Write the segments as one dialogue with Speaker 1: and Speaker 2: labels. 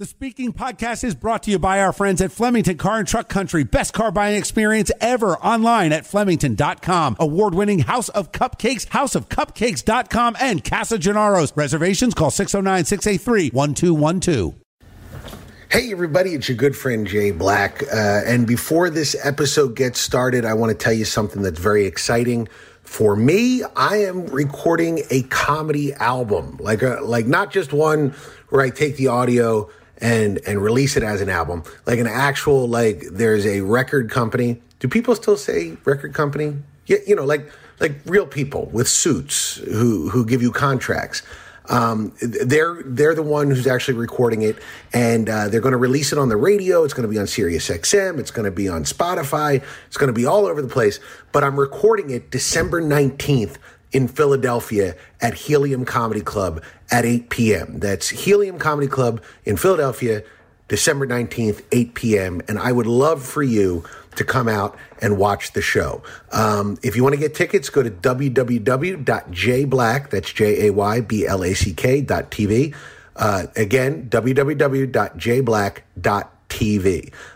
Speaker 1: The Speaking Podcast is brought to you by our friends at Flemington Car and Truck Country. Best car buying experience ever online at Flemington.com. Award winning House of Cupcakes, houseofcupcakes.com, and Casa Gennaro's. Reservations call 609 683 1212.
Speaker 2: Hey, everybody, it's your good friend Jay Black. Uh, and before this episode gets started, I want to tell you something that's very exciting. For me, I am recording a comedy album, like a, like not just one where I take the audio and and release it as an album, like an actual like there's a record company. Do people still say record company? Yeah, you know, like like real people with suits who who give you contracts um, they're they're the one who's actually recording it, and uh, they're going to release it on the radio. It's going to be on Sirius XM. It's going to be on Spotify. It's going to be all over the place. But I'm recording it December nineteenth in Philadelphia at Helium Comedy Club at 8 p.m. That's Helium Comedy Club in Philadelphia, December 19th, 8 p.m. And I would love for you to come out and watch the show. Um, if you want to get tickets, go to www.jblack, that's J A Y B L A C K dot TV. Uh, again, www.jblack.tv.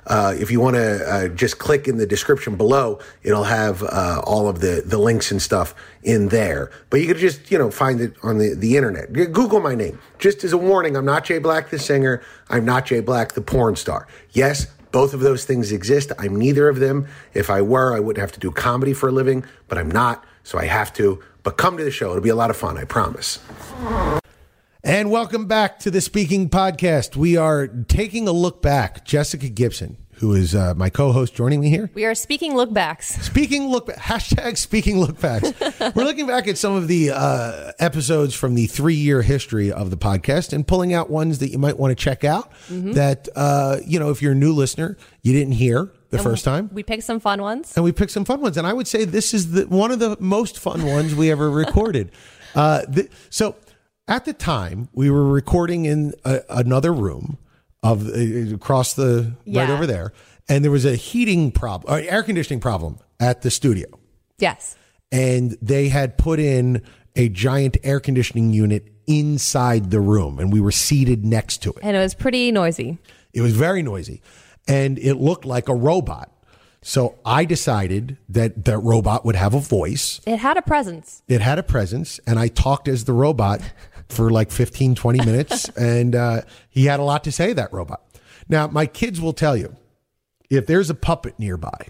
Speaker 2: Uh, if you want to uh, just click in the description below, it'll have uh, all of the, the links and stuff in there. But you could just, you know, find it on the, the internet. G- Google my name. Just as a warning, I'm not Jay Black, the singer. I'm not Jay Black, the porn star. Yes, both of those things exist. I'm neither of them. If I were, I wouldn't have to do comedy for a living, but I'm not, so I have to. But come to the show. It'll be a lot of fun, I promise.
Speaker 3: And welcome back to the Speaking Podcast. We are taking a look back. Jessica Gibson, who is uh, my co-host, joining me here.
Speaker 4: We are speaking look backs.
Speaker 3: Speaking look hashtag Speaking Look Backs. We're looking back at some of the uh, episodes from the three-year history of the podcast and pulling out ones that you might want to check out. That uh, you know, if you're a new listener, you didn't hear the first time.
Speaker 4: We picked some fun ones.
Speaker 3: and we picked some fun ones. And I would say this is the one of the most fun ones we ever recorded. uh, th- so at the time, we were recording in a, another room of uh, across the right
Speaker 4: Yeah.
Speaker 3: over there, and there was a heating problem, or air conditioning problem at the studio,
Speaker 4: Yes.
Speaker 3: and they had put in a giant air conditioning unit inside the room, and we were seated next to it.
Speaker 4: And it was pretty noisy.
Speaker 3: It was very noisy and it looked like a robot. So I decided that that robot would have a voice.
Speaker 4: It had a presence.
Speaker 3: It had a presence and I talked as the robot for like 15, 20 minutes. and uh, he had a lot to say, that robot. Now, my kids will tell you if there's a puppet nearby,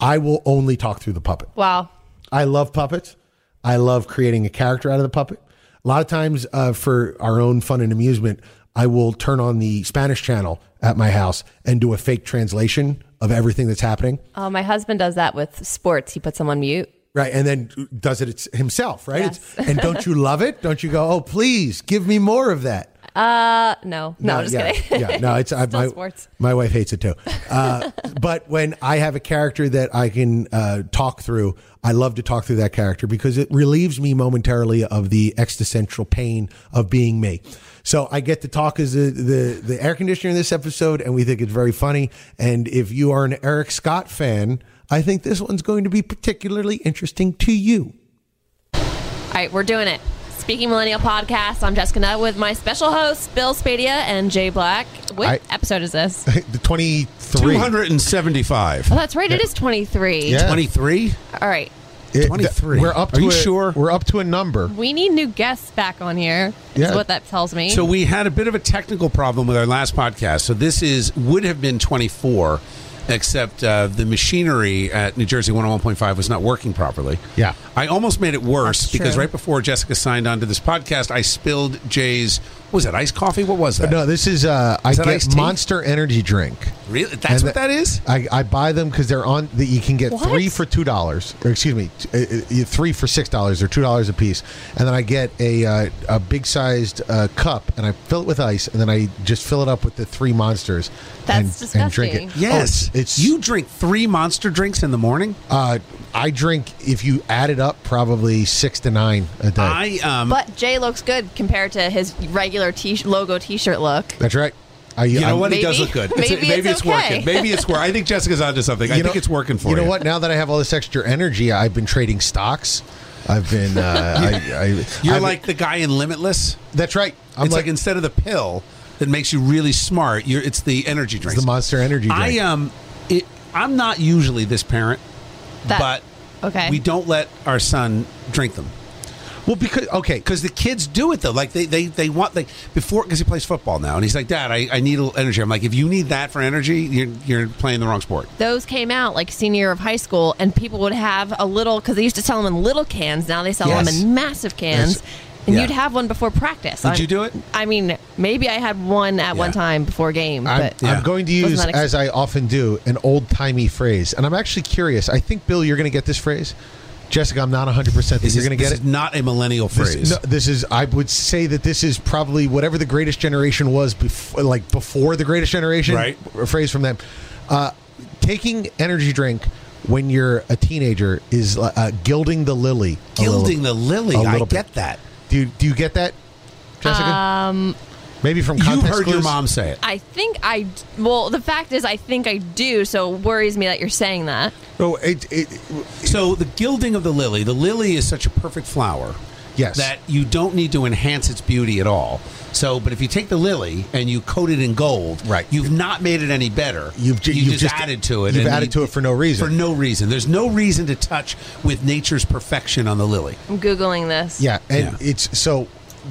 Speaker 3: I will only talk through the puppet.
Speaker 4: Wow.
Speaker 3: I love puppets. I love creating a character out of the puppet. A lot of times, uh, for our own fun and amusement, I will turn on the Spanish channel at my house and do a fake translation of everything that's happening.
Speaker 4: Uh, my husband does that with sports. He puts them on mute.
Speaker 3: Right. And then does it it's- himself, right? It's- and don't you love it? Don't you go, oh, please give me more of that?
Speaker 4: Uh, no, no,
Speaker 3: No,
Speaker 4: just
Speaker 3: yeah,
Speaker 4: kidding.
Speaker 3: yeah, no, it's I,
Speaker 4: Still
Speaker 3: my
Speaker 4: sports.
Speaker 3: my wife hates it too. Uh, but when I have a character that I can uh, talk through, I love to talk through that character because it relieves me momentarily of the existential pain of being me. So I get to talk as the, the the air conditioner in this episode, and we think it's very funny. And if you are an Eric Scott fan, I think this one's going to be particularly interesting to you.
Speaker 4: All right, we're doing it. Speaking Millennial Podcast. I'm Jessica Nutt with my special hosts, Bill Spadia and Jay Black. What
Speaker 3: I-
Speaker 4: episode is this?
Speaker 3: the twenty three.
Speaker 1: 275.
Speaker 4: Oh, that's right. It is 23.
Speaker 3: Yeah.
Speaker 1: 23?
Speaker 4: All right.
Speaker 3: It-
Speaker 1: 23.
Speaker 3: We're up
Speaker 1: Are
Speaker 3: to
Speaker 1: you
Speaker 3: a-
Speaker 1: sure?
Speaker 3: We're up to a number.
Speaker 4: We need new guests back on here. Is
Speaker 3: Yeah.
Speaker 4: what that tells me.
Speaker 1: So we had a bit of a technical problem with our last podcast. So this is would have been 24, except uh, the machinery at New Jersey 101.5 was not working properly.
Speaker 3: Yeah.
Speaker 1: I almost made it worse
Speaker 4: That's
Speaker 1: because
Speaker 4: true.
Speaker 1: right before Jessica signed on to this podcast, I spilled Jay's what was it iced coffee? What was that?
Speaker 3: No, this is uh, I
Speaker 1: that iced
Speaker 3: get
Speaker 1: tea?
Speaker 3: Monster Energy drink.
Speaker 1: Really? That's
Speaker 3: And
Speaker 1: what that is?
Speaker 3: I, I buy them because they're on. The, you can get
Speaker 4: What?
Speaker 3: three for two dollars, or excuse me, t- uh, uh, three for six dollars or two dollars a piece. And then I get a uh, a big sized uh, cup and I fill it with ice, and then I just fill it up with the three monsters.
Speaker 4: That's
Speaker 3: and, and drink it.
Speaker 4: disgusting.
Speaker 1: Yes.
Speaker 3: Oh, it's, it's
Speaker 1: you drink three monster drinks in the morning.
Speaker 3: Uh, I drink if you add it up, probably six to nine a day.
Speaker 1: I um
Speaker 4: but Jay looks good compared to his regular t- logo T-shirt look.
Speaker 3: That's right. I,
Speaker 1: you know what?
Speaker 4: Maybe-
Speaker 1: it does look good.
Speaker 4: maybe
Speaker 1: maybe it's,
Speaker 4: it's okay.
Speaker 1: working. Maybe it's working. I think Jessica's onto something. I
Speaker 3: You know-
Speaker 1: think it's working for you.
Speaker 3: You know what? Now that I have all this extra energy, I've been trading stocks. I've been. Uh, I, I,
Speaker 1: You're
Speaker 3: I've-
Speaker 1: like the guy in Limitless.
Speaker 3: That's right. I'm
Speaker 1: it's like,
Speaker 3: like,
Speaker 1: instead of the pill,
Speaker 5: that makes you really smart. You're, it's the energy drinks.
Speaker 6: the Monster Energy drink.
Speaker 5: I am. It, I'm not usually this parent,
Speaker 4: That-
Speaker 5: but
Speaker 4: okay.
Speaker 5: we don't let our son drink them. Well, because okay, because the kids do it though. Like they they, they want they before because he plays football now, and he's like, Dad, I, I need a little energy. I'm like, if you need that for energy, you're you're playing the wrong sport.
Speaker 4: Those came out like senior year of high school, and people would have a little because they used to sell them in little cans. Now they sell them
Speaker 5: Yes.
Speaker 4: in massive cans,
Speaker 5: That's-
Speaker 4: and
Speaker 5: yeah.
Speaker 4: you'd have one before practice.
Speaker 5: Would you do it?
Speaker 4: I mean, maybe I had one at one
Speaker 5: Yeah.
Speaker 4: time before game,
Speaker 6: I'm,
Speaker 4: but
Speaker 5: Yeah.
Speaker 6: I'm going to
Speaker 4: Wasn't
Speaker 6: use,
Speaker 4: that ex-
Speaker 6: as I often do, an old timey phrase. And I'm actually curious. I think, Bill, you're going to get this phrase. Jessica, I'm not 100% that
Speaker 5: This
Speaker 6: you're
Speaker 5: is-
Speaker 6: going to get
Speaker 5: this
Speaker 6: it.
Speaker 5: is not a millennial
Speaker 6: This,
Speaker 5: phrase.
Speaker 6: no, this is. I would say that this is probably whatever the Greatest Generation was before, like before the Greatest Generation.
Speaker 5: Right.
Speaker 6: A phrase from them. Uh, taking energy drink when you're a teenager is uh, uh, gilding the lily. a little-
Speaker 5: Gilding the lily.
Speaker 6: a
Speaker 5: I
Speaker 6: little bit.
Speaker 5: get that.
Speaker 6: Do you, do you get that, Jessica? Um, Maybe from context
Speaker 5: You've heard your
Speaker 6: clues?
Speaker 5: mom say it.
Speaker 4: I think I d- well. The fact is, I think I do. So it worries me that you're saying that.
Speaker 6: Oh, it, it,
Speaker 5: So the gilding of the lily, the lily is such a perfect flower.
Speaker 6: Yes.
Speaker 5: That you don't need to enhance its beauty at all. So, but if you take the lily and you coat it in gold,
Speaker 6: Right.
Speaker 5: you've not made it any better.
Speaker 6: You've ju-
Speaker 5: you
Speaker 6: you've
Speaker 5: just,
Speaker 6: just-
Speaker 5: added to it.
Speaker 6: you've
Speaker 5: and
Speaker 6: added to it for no reason.
Speaker 5: For no reason. There's no reason to touch with nature's perfection on the lily.
Speaker 4: I'm googling this.
Speaker 6: Yeah, and
Speaker 5: Yeah.
Speaker 6: it's so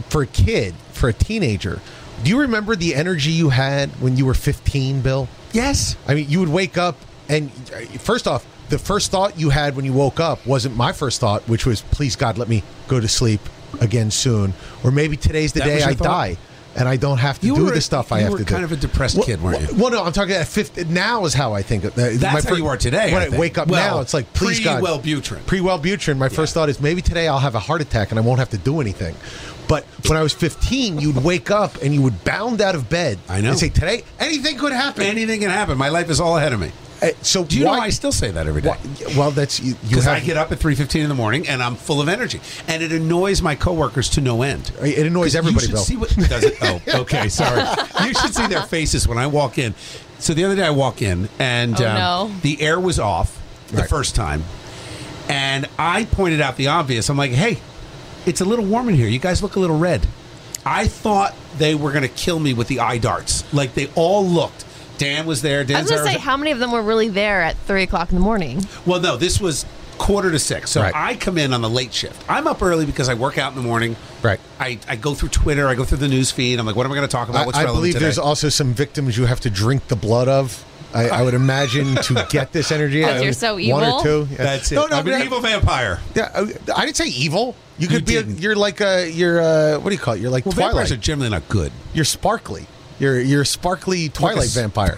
Speaker 6: for a kid, for a teenager. Do you remember the energy you had when you were 15, Bill?
Speaker 5: Yes.
Speaker 6: I mean, you would wake up and uh, first off, the first thought you had when you woke up wasn't my first thought, which was, "Please God, let me go to sleep again soon," or maybe today's the
Speaker 5: That was
Speaker 6: day
Speaker 5: your
Speaker 6: I
Speaker 5: thought?
Speaker 6: die and I don't have to
Speaker 5: You
Speaker 6: do
Speaker 5: were-
Speaker 6: the stuff I
Speaker 5: you
Speaker 6: have
Speaker 5: were
Speaker 6: to do.
Speaker 5: kind of a depressed
Speaker 6: Well-
Speaker 5: kid, weren't you?
Speaker 6: Well, no, I'm talking at 15. Now is how I think. Of, That's
Speaker 5: how you are today,
Speaker 6: When
Speaker 5: I
Speaker 6: I,
Speaker 5: think.
Speaker 6: wake up
Speaker 5: Well,
Speaker 6: now, it's like, "Please God,
Speaker 5: pre-Wellbutrin.
Speaker 6: pre-Wellbutrin, my first thought is maybe today I'll have a heart attack and I won't have to do anything. But when I was 15, you'd wake up and you would bound out of bed.
Speaker 5: I know.
Speaker 6: And say, today, anything could happen.
Speaker 5: Anything can happen. My life is all ahead of me.
Speaker 6: Uh, so
Speaker 5: Do you
Speaker 6: why,
Speaker 5: know I still say that every day?
Speaker 6: why- Well, that's you, you
Speaker 5: Because
Speaker 6: have.
Speaker 5: I get up at three fifteen in the morning and I'm full of energy, and it annoys my coworkers to no end.
Speaker 6: It annoys everybody,
Speaker 5: You should
Speaker 6: Bill.
Speaker 5: see what does it. Oh, okay, sorry. You should see their faces when I walk in. So the other day I walk in and
Speaker 4: Oh,
Speaker 5: um,
Speaker 4: no.
Speaker 5: the air was off the
Speaker 6: Right.
Speaker 5: first time, and I pointed out the obvious. I'm like, hey, it's a little warm in here. You guys look a little red. I thought they were going to kill me with the eye darts. Like they all looked. Dan was there. Dan
Speaker 4: I was gonna say, how many of them were really there at three o'clock in the morning?
Speaker 5: well, no, this was quarter to six. So
Speaker 6: Right.
Speaker 5: I come in on the late shift. I'm up early because I work out in the morning.
Speaker 6: Right.
Speaker 5: I, I go through Twitter. I go through the news feed. I'm like, what am I going to talk about? What's
Speaker 6: I, I
Speaker 5: relevant
Speaker 6: believe
Speaker 5: today?
Speaker 6: there's also some victims you have to drink the blood of. I, I would imagine to get this energy.
Speaker 4: Because
Speaker 6: I-
Speaker 4: you're so
Speaker 6: One
Speaker 4: evil?
Speaker 6: or two. yeah.
Speaker 5: That's it.
Speaker 6: No, no,
Speaker 5: I'm
Speaker 6: but
Speaker 5: an
Speaker 6: I-
Speaker 5: evil vampire.
Speaker 6: Yeah, I, I didn't say evil. You could be. A,
Speaker 5: didn't.
Speaker 6: you're like a. You're a, What do you call it? You're like
Speaker 5: Well,
Speaker 6: Twilight.
Speaker 5: vampires are generally not good.
Speaker 6: You're sparkly. You're you're a sparkly Twilight
Speaker 5: Like a s-
Speaker 6: vampire.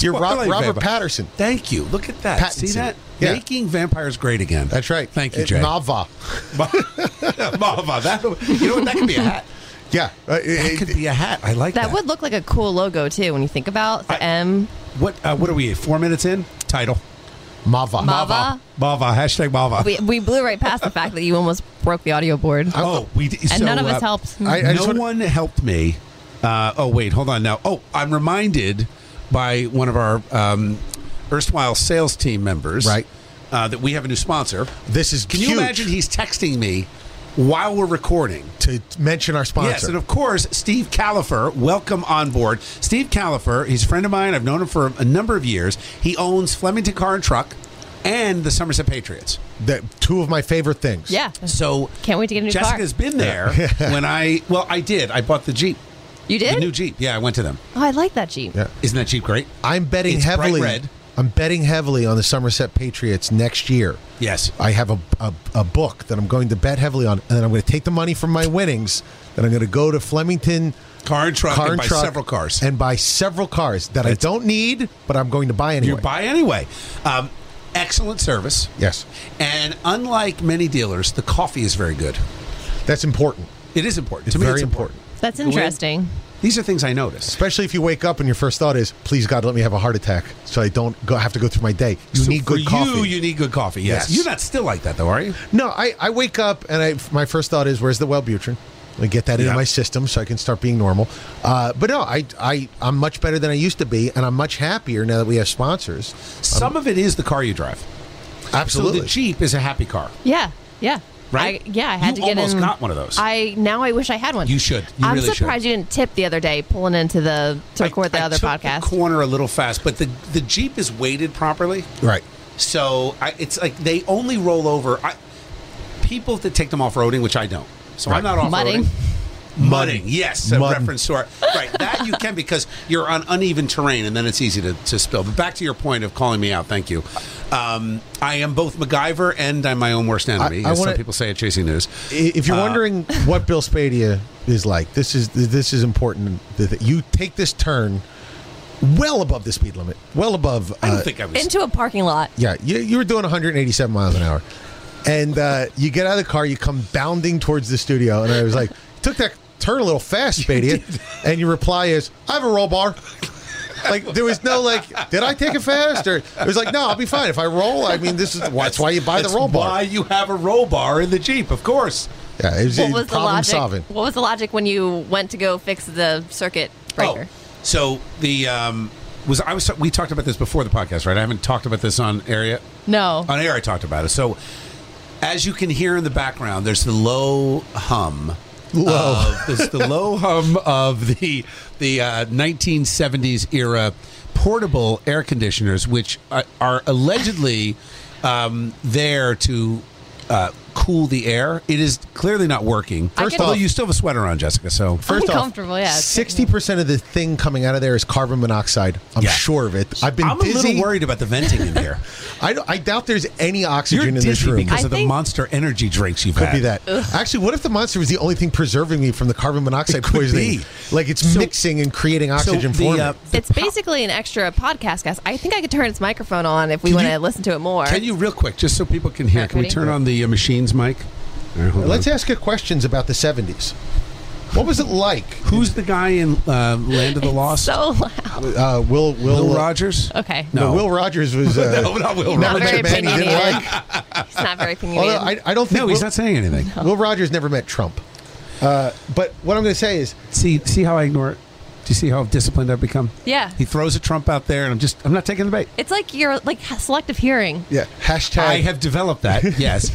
Speaker 6: you're Rob,
Speaker 5: Twilight
Speaker 6: Robert
Speaker 5: vampire.
Speaker 6: Patterson.
Speaker 5: Thank you. Look at that. See
Speaker 6: Pattinson.
Speaker 5: that?
Speaker 6: Yeah.
Speaker 5: Making vampires great again.
Speaker 6: That's right.
Speaker 5: Thank you,
Speaker 6: Uh,
Speaker 5: Jay.
Speaker 6: Nava.
Speaker 5: Mava. That, you know what? That could be a hat.
Speaker 6: Yeah. Uh,
Speaker 5: That
Speaker 6: it-
Speaker 5: could be a hat. I like that.
Speaker 4: That would look like a cool logo too when you think about the
Speaker 5: I-
Speaker 4: M.
Speaker 5: What, uh, what are we, four minutes in? Title.
Speaker 6: Mava.
Speaker 4: Mava?
Speaker 5: Mava. Hashtag Mava.
Speaker 4: We, we blew right past the fact that you almost broke the audio board,
Speaker 5: oh, we did.
Speaker 4: and
Speaker 5: so,
Speaker 4: none of us
Speaker 5: uh,
Speaker 4: helped.
Speaker 6: I, I
Speaker 5: no
Speaker 6: just wanna-
Speaker 5: one helped me. Uh, oh wait, hold on now. Oh, I'm reminded by one of our um, erstwhile sales team members,
Speaker 6: Right.
Speaker 5: uh, that we have a new sponsor.
Speaker 6: This is
Speaker 5: Can you
Speaker 6: huge
Speaker 5: imagine? He's texting me while we're recording.
Speaker 6: to mention our sponsor.
Speaker 5: Yes, and of course, Steve Califer, welcome on board. Steve Califer, he's a friend of mine. I've known him for a number of years. He owns Flemington Car and Truck and the Somerset Patriots.
Speaker 6: The- two of my favorite things.
Speaker 4: Yeah,
Speaker 5: So
Speaker 4: Can't wait to get a new car.
Speaker 5: Jessica's been there when I well, I did. I bought the Jeep.
Speaker 4: you
Speaker 5: The
Speaker 4: did.
Speaker 5: new Jeep. Yeah, I went to them.
Speaker 4: oh, I like that Jeep.
Speaker 6: Yeah.
Speaker 5: Isn't that Jeep great?
Speaker 6: I'm betting
Speaker 5: It's bright
Speaker 6: heavily.
Speaker 5: red.
Speaker 6: I'm betting heavily on the Somerset Patriots next year.
Speaker 5: Yes.
Speaker 6: I have a, a, a book that I'm going to bet heavily on, and then I'm going to take the money from my winnings, then I'm going to go to Flemington
Speaker 5: Car and truck
Speaker 6: car
Speaker 5: and
Speaker 6: and
Speaker 5: buy
Speaker 6: truck
Speaker 5: several cars.
Speaker 6: and buy several cars that I don't need, but I'm going to buy anyway.
Speaker 5: you buy anyway. Um, excellent service.
Speaker 6: Yes.
Speaker 5: And unlike many dealers, the coffee is very good.
Speaker 6: That's important,
Speaker 5: It is important.
Speaker 6: It's
Speaker 5: to me,
Speaker 6: very
Speaker 5: it's important.
Speaker 4: That's interesting.
Speaker 5: These are things I notice.
Speaker 6: especially if you wake up and your first thought is, "Please God, let me have a heart attack, so I don't go, have to go through my day." You
Speaker 5: So
Speaker 6: need
Speaker 5: for
Speaker 6: good coffee.
Speaker 5: You, you need good coffee. Yes.
Speaker 6: Yes.
Speaker 5: You're not still like that though, are you?
Speaker 6: no, I, I wake up and I my first thought is, "Where's the Wellbutrin?" I get that into
Speaker 5: Yeah.
Speaker 6: my system so I can start being normal. Uh, but no, I, I I'm much better than I used to be, and I'm much happier now that we have sponsors.
Speaker 5: Some of it is the car you drive. So
Speaker 6: Um, Absolutely.
Speaker 5: the Jeep is a happy car.
Speaker 4: Yeah, yeah.
Speaker 5: Right?
Speaker 4: I, yeah, I had
Speaker 5: You
Speaker 4: to get
Speaker 5: almost
Speaker 4: in.
Speaker 5: got one of those.
Speaker 4: I now I wish I had one.
Speaker 5: You should. You
Speaker 4: I'm
Speaker 5: really should.
Speaker 4: surprised you didn't tip the other day pulling into the to record the
Speaker 5: I
Speaker 4: other
Speaker 5: took
Speaker 4: podcast.
Speaker 5: The corner a little fast, but the the Jeep is weighted properly.
Speaker 6: Right.
Speaker 5: So I, it's like they only roll over. I, people that take them off roading, which I don't. So I'm
Speaker 6: Right.
Speaker 5: not off
Speaker 4: Mudding.
Speaker 5: roading. Mudding, yes, a
Speaker 6: Mudding.
Speaker 5: reference to our right that you can because you're on uneven terrain and then it's easy to, to spill. But back to your point of calling me out, thank you. Um, I am both MacGyver and I'm my own worst enemy.
Speaker 6: I
Speaker 5: as
Speaker 6: wanna-
Speaker 5: some people say at Chasing News.
Speaker 6: I- if you're wondering what Bill Spadia is like, this is this is important that that you take this turn well above the speed limit, well above.
Speaker 5: I don't
Speaker 6: uh,
Speaker 5: think I was.
Speaker 4: into a parking lot.
Speaker 6: yeah, you, you were doing 187 miles an hour, and uh, you get out of the car, you come bounding towards the studio, and I was like, took that turn a little fast, Spadia, and your reply is, I have a roll bar. Like there was no like, did I take it fast? Or it was like, no, I'll be fine if I roll. I mean, this is that's why you buy the
Speaker 5: That's
Speaker 6: roll bar.
Speaker 5: Why you have a roll bar in the Jeep? Of course.
Speaker 6: Yeah, it was,
Speaker 4: What was the
Speaker 6: problem
Speaker 4: logic?
Speaker 6: solving.
Speaker 4: What was the logic when you went to go fix the circuit breaker?
Speaker 5: Oh, so the um, was I was we talked about this before the podcast, right? I haven't talked about this on area
Speaker 4: No.
Speaker 5: on air. I talked about it. So as you can hear in the background, there's the low hum. Low. Of, there's the low hum of the the uh, 1970s era portable air conditioners, which uh, are allegedly um, there to. Uh, cool the air. It is clearly not working.
Speaker 4: I
Speaker 5: First
Speaker 4: can-
Speaker 5: of all, you still have a sweater on, Jessica. So
Speaker 4: Uncomfortable, yeah.
Speaker 6: Sixty percent of the thing coming out of there is carbon monoxide. I'm
Speaker 5: Yeah.
Speaker 6: sure of it. I've been
Speaker 5: I'm
Speaker 6: dizzy.
Speaker 5: a little worried about the venting in here.
Speaker 6: I, don't- I doubt there's any
Speaker 5: You're
Speaker 6: oxygen in this
Speaker 5: dizzy
Speaker 6: room.
Speaker 5: because
Speaker 4: I
Speaker 5: of the
Speaker 4: think-
Speaker 5: monster energy drinks you've
Speaker 6: could
Speaker 5: had.
Speaker 6: be that. Actually, what if the monster was the only thing preserving me from the carbon monoxide
Speaker 5: could
Speaker 6: poisoning?
Speaker 5: be.
Speaker 6: Like it's
Speaker 5: So-
Speaker 6: mixing and creating oxygen for me.
Speaker 5: uh,
Speaker 4: It's basically an extra podcast, guys. I think I could turn its microphone on if we
Speaker 5: Can
Speaker 4: want
Speaker 5: you-
Speaker 4: to listen to it more.
Speaker 5: Can you real quick, just so people can hear?
Speaker 4: Alright,
Speaker 5: Can we
Speaker 4: ready?
Speaker 5: turn on the uh, machines mic? All right, hold
Speaker 6: Let's
Speaker 5: on.
Speaker 6: ask you questions about the '70s. What was it like?
Speaker 5: Who's the guy in uh, Land of the Lost?
Speaker 4: so loud.
Speaker 6: Uh, Will Will,
Speaker 5: Will Rogers?
Speaker 4: Okay.
Speaker 5: No.
Speaker 6: No, Will Rogers was uh,
Speaker 5: No, not Will
Speaker 6: never
Speaker 4: Not very
Speaker 6: met a man he didn't
Speaker 4: opinionated.
Speaker 6: like.
Speaker 4: He's not very opinionated.
Speaker 6: Although I, I don't think
Speaker 5: No, he's
Speaker 6: Will-
Speaker 5: not saying anything.
Speaker 6: Will Rogers never met Trump. Uh, but what I'm going to say is,
Speaker 5: See, see how I ignore it. Do you see how disciplined I've become?
Speaker 4: Yeah.
Speaker 5: He throws a Trump out there, and I'm just, I'm not taking the bait.
Speaker 4: it's like you're like selective hearing.
Speaker 6: yeah, hashtag.
Speaker 5: I have developed that, yes,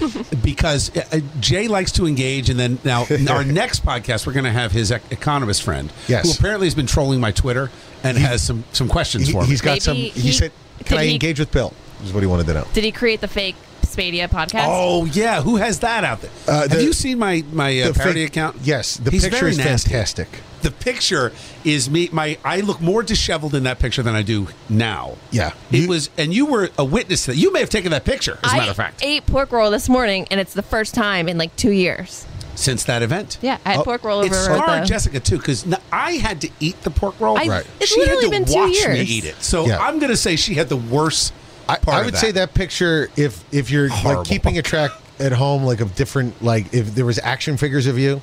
Speaker 5: because uh, uh, Jay likes to engage. And then now, our next podcast, we're going to have his ec- economist friend,
Speaker 6: Yes.
Speaker 5: who apparently has been trolling my Twitter and has some, some questions
Speaker 6: he,
Speaker 5: for me.
Speaker 6: has got
Speaker 4: Maybe
Speaker 6: some. He,
Speaker 4: he-
Speaker 6: said, "Can
Speaker 4: did
Speaker 6: I
Speaker 4: he-
Speaker 6: engage with Bill?" Is what he wanted to know.
Speaker 4: Did he create the fake Spadia podcast?
Speaker 5: Oh yeah, who has that out there?
Speaker 6: Uh, the-
Speaker 5: Have you seen my my uh,
Speaker 6: The
Speaker 5: parody
Speaker 6: fake-
Speaker 5: account?
Speaker 6: Yes, the
Speaker 5: He's
Speaker 6: picture
Speaker 5: very
Speaker 6: is
Speaker 5: nasty.
Speaker 6: fantastic.
Speaker 5: The picture is me. My I look more disheveled in that picture than I do now.
Speaker 6: Yeah.
Speaker 5: it
Speaker 6: You-
Speaker 5: was, and you were a witness to that you may have taken that picture. As a
Speaker 4: I
Speaker 5: matter of fact,
Speaker 4: ate pork roll this morning, and it's the first time in like two years.
Speaker 5: since that event,
Speaker 4: Yeah, I had
Speaker 6: Oh,
Speaker 4: pork roll over.
Speaker 5: It
Speaker 4: at
Speaker 5: scarred
Speaker 4: the-
Speaker 5: Jessica too because I had to eat the pork roll.
Speaker 4: I-
Speaker 6: Right.
Speaker 4: it's
Speaker 5: she had
Speaker 4: literally
Speaker 5: to
Speaker 4: been two
Speaker 5: watch me
Speaker 4: years.
Speaker 5: eat it. So
Speaker 6: Yeah.
Speaker 5: I'm going to say she had the worst
Speaker 6: I,
Speaker 5: part.
Speaker 6: I
Speaker 5: of
Speaker 6: would say that picture, if if you're
Speaker 5: Horrible.
Speaker 6: like keeping a track at home, like of different, like if there was action figures of you,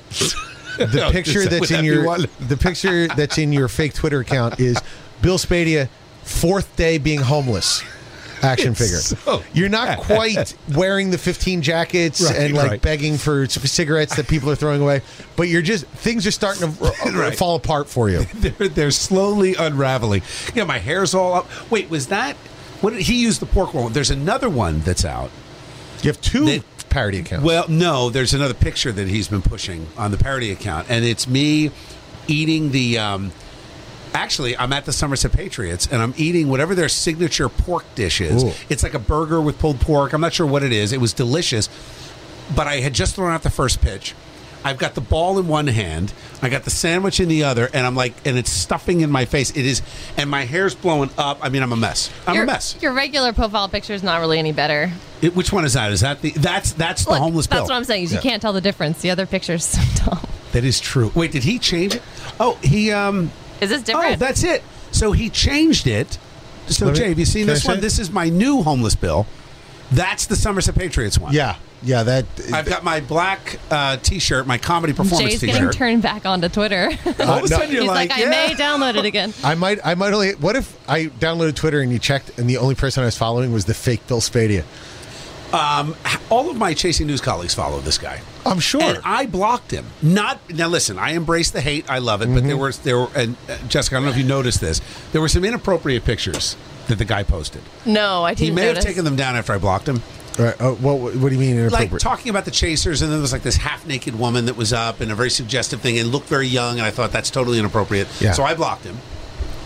Speaker 6: the
Speaker 5: No,
Speaker 6: picture
Speaker 5: just-
Speaker 6: that's
Speaker 5: would
Speaker 6: in
Speaker 5: that be
Speaker 6: your
Speaker 5: one?
Speaker 6: the picture that's in your fake Twitter account is Bill Spadia, fourth day being homeless. Action figure.
Speaker 5: so
Speaker 6: You're not quite wearing the 15 jackets
Speaker 5: Right,
Speaker 6: and like
Speaker 5: right.
Speaker 6: begging for c- cigarettes that people are throwing away, but you're just things are starting to r- r-
Speaker 5: Right.
Speaker 6: fall apart for you.
Speaker 5: they're, they're slowly unraveling. Yeah, my hair's all up. Wait, was that? What did he use the pork roll? There's another one that's out.
Speaker 6: You have two
Speaker 5: They-
Speaker 6: parody accounts.
Speaker 5: Well, no, there's another picture that he's been pushing on the parody account, and it's me eating the. Um, actually, I'm at the Somerset Patriots, and I'm eating whatever their signature pork dish is.
Speaker 6: Ooh.
Speaker 5: It's like a burger with pulled pork. I'm not sure what it is. It was delicious, but I had just thrown out the first pitch. I've got the ball in one hand, I got the sandwich in the other, and I'm like, and it's stuffing in my face. It is, and my hair's blowing up. I mean, I'm a mess. I'm
Speaker 4: your,
Speaker 5: a mess.
Speaker 4: Your regular profile picture is not really any better.
Speaker 5: It- which one is that? Is that the that's that's the
Speaker 4: Look,
Speaker 5: homeless
Speaker 4: That's
Speaker 5: bill?
Speaker 4: what I'm saying. Is you
Speaker 6: Yeah.
Speaker 4: can't tell the difference. The other picture's so dumb.
Speaker 5: That is true. Wait, did he change it? Oh, he um
Speaker 4: Is this different?
Speaker 5: Oh, that's it. So he changed it. So
Speaker 6: Let me-
Speaker 5: Jay, have you seen
Speaker 6: can I
Speaker 5: this
Speaker 6: see
Speaker 5: one?
Speaker 6: it?
Speaker 5: This is my new homeless bill. That's the Somerset Patriots one.
Speaker 6: yeah, yeah. That
Speaker 5: I've got my black uh, T-shirt, my comedy performance
Speaker 4: Jay's getting
Speaker 5: T-shirt.
Speaker 4: turned back onto Twitter.
Speaker 5: All of a
Speaker 6: no.
Speaker 5: sudden, you're
Speaker 4: He's
Speaker 5: like,
Speaker 4: like,
Speaker 5: yeah.
Speaker 4: I may download it again.
Speaker 6: I might, I might only. What if I downloaded Twitter and you checked, and the only person I was following was the fake Bill Spadia?
Speaker 5: All of my chasing news colleagues follow this guy.
Speaker 6: I'm sure.
Speaker 5: And I blocked him. Not now. Listen, I embrace the hate. I love it.
Speaker 6: Mm-hmm.
Speaker 5: But there was there were, and uh, Jessica. I don't know if you noticed this. There were some inappropriate pictures that the guy posted.
Speaker 4: No, I didn't
Speaker 5: He may
Speaker 4: notice.
Speaker 5: have taken them down after I blocked him.
Speaker 6: Right. Uh, what, what do you mean inappropriate?
Speaker 5: like talking about the chasers, and then there was like this half naked woman that was up and a very suggestive thing and looked very young, and I thought that's totally inappropriate.
Speaker 6: Yeah.
Speaker 5: So I blocked him.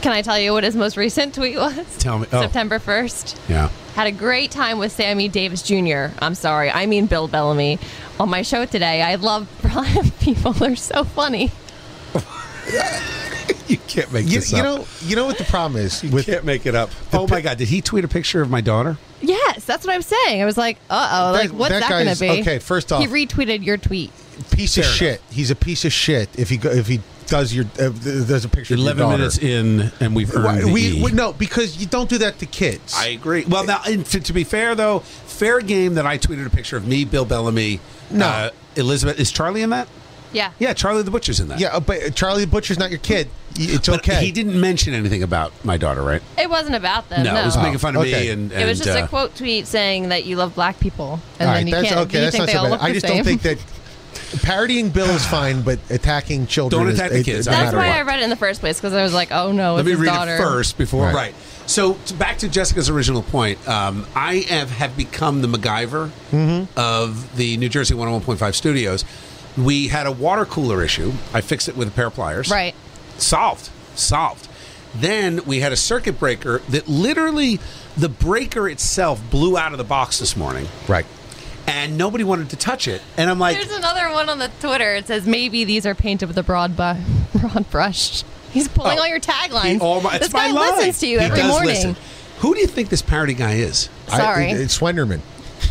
Speaker 4: Can I tell you what his most recent tweet was?
Speaker 5: Tell me. Oh.
Speaker 4: September 1st.
Speaker 5: Yeah.
Speaker 4: Had a great time with Sammy Davis Jr. I'm sorry, I mean Bill Bellamy. On my show today, I love Brian. People they are so funny.
Speaker 5: You can't make
Speaker 6: you, you know, you know what the problem is
Speaker 5: you
Speaker 6: with
Speaker 5: can't make it up. Oh my God! Did he tweet a picture of my daughter?
Speaker 4: Yes, that's what I'm saying. I was like, uh oh, like
Speaker 6: That-
Speaker 4: what's
Speaker 6: that
Speaker 4: that, going
Speaker 6: guy's-
Speaker 4: to be?
Speaker 6: okay, first off-
Speaker 4: he retweeted your tweet.
Speaker 6: piece
Speaker 5: Fair
Speaker 6: of
Speaker 5: enough.
Speaker 6: shit. He's a piece of shit. If he go, if he does your uh, there's a picture. of your
Speaker 5: Eleven
Speaker 6: daughter.
Speaker 5: minutes in, and we've
Speaker 6: Why-
Speaker 5: earned the
Speaker 6: we,
Speaker 5: E.
Speaker 6: we- no because you don't do that to kids.
Speaker 5: I agree. Well, now and to, to be fair though, fair game that I tweeted a picture of me, Bill Bellamy, uh,
Speaker 6: No.
Speaker 5: Elizabeth. Is Charlie in that?
Speaker 4: Yeah.
Speaker 5: Yeah, Charlie the Butcher's in that.
Speaker 6: yeah, uh, but Charlie the Butcher's not your kid. Y- It's
Speaker 5: But
Speaker 6: okay.
Speaker 5: He didn't mention anything about my daughter, right?
Speaker 4: It wasn't about them.
Speaker 5: No,
Speaker 4: Uh, No,
Speaker 5: it was making fun of me,
Speaker 6: Oh, okay.
Speaker 5: and,
Speaker 4: It was
Speaker 5: and,
Speaker 4: just
Speaker 5: uh,
Speaker 4: a quote tweet saying that you love black people, and
Speaker 6: All
Speaker 4: then
Speaker 6: right,
Speaker 4: you
Speaker 6: that's
Speaker 4: can't.
Speaker 6: okay.
Speaker 4: you
Speaker 6: That's
Speaker 4: think
Speaker 6: not
Speaker 4: they
Speaker 6: so
Speaker 4: all
Speaker 6: bad.
Speaker 4: look
Speaker 6: I
Speaker 4: the
Speaker 6: just
Speaker 4: same.
Speaker 6: don't think that parodying Bill is fine, but attacking children.
Speaker 5: Don't
Speaker 6: is-
Speaker 5: attack the
Speaker 6: it-
Speaker 5: kids.
Speaker 6: no
Speaker 5: That's
Speaker 4: That's
Speaker 6: matter
Speaker 4: why
Speaker 6: what.
Speaker 4: I read it in the first place because I was like, oh no,
Speaker 5: Let
Speaker 4: it's
Speaker 5: me
Speaker 4: his
Speaker 5: read
Speaker 4: daughter.
Speaker 5: it first before. Right.
Speaker 6: Right.
Speaker 5: So to, back to Jessica's original point. Um, I have, have become the MacGyver of the New Jersey 101.5 studios. We had a water cooler issue. I fixed it with a pair of pliers.
Speaker 4: Right.
Speaker 5: Solved. Solved. Then we had a circuit breaker that literally the breaker itself blew out of the box this morning
Speaker 6: Right.
Speaker 5: and nobody wanted to touch it. And I'm like,
Speaker 4: There's another one on the Twitter. It says maybe these are painted with a broad, bu- broad brush. He's pulling
Speaker 5: Oh,
Speaker 4: all your taglines.
Speaker 5: he- all my-
Speaker 4: this
Speaker 5: it's my
Speaker 4: guy
Speaker 5: line.
Speaker 4: listens to you
Speaker 5: He
Speaker 4: every
Speaker 5: does
Speaker 4: morning.
Speaker 5: listen. Who do you think this parody guy is?
Speaker 6: I-
Speaker 4: Sorry.
Speaker 6: it- it's Swenderman.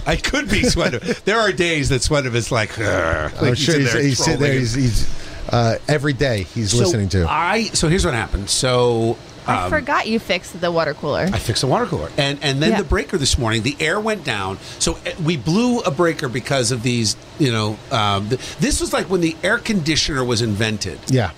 Speaker 5: I could be Sweater. there are days that Sweater is like, "Ugh," like
Speaker 6: I'm Oh, sure
Speaker 5: in
Speaker 6: he's, he's sitting there.
Speaker 5: trolling.
Speaker 6: He's, he's uh, every day he's
Speaker 5: So
Speaker 6: listening to.
Speaker 5: I so here's what happened. So
Speaker 4: I
Speaker 5: um,
Speaker 4: forgot you fixed the water cooler.
Speaker 5: I fixed the water cooler, and and then
Speaker 4: Yeah.
Speaker 5: the breaker this morning. The air went down, so uh, we blew a breaker because of these. You know, um, th- this was like when the air conditioner was invented.
Speaker 6: yeah.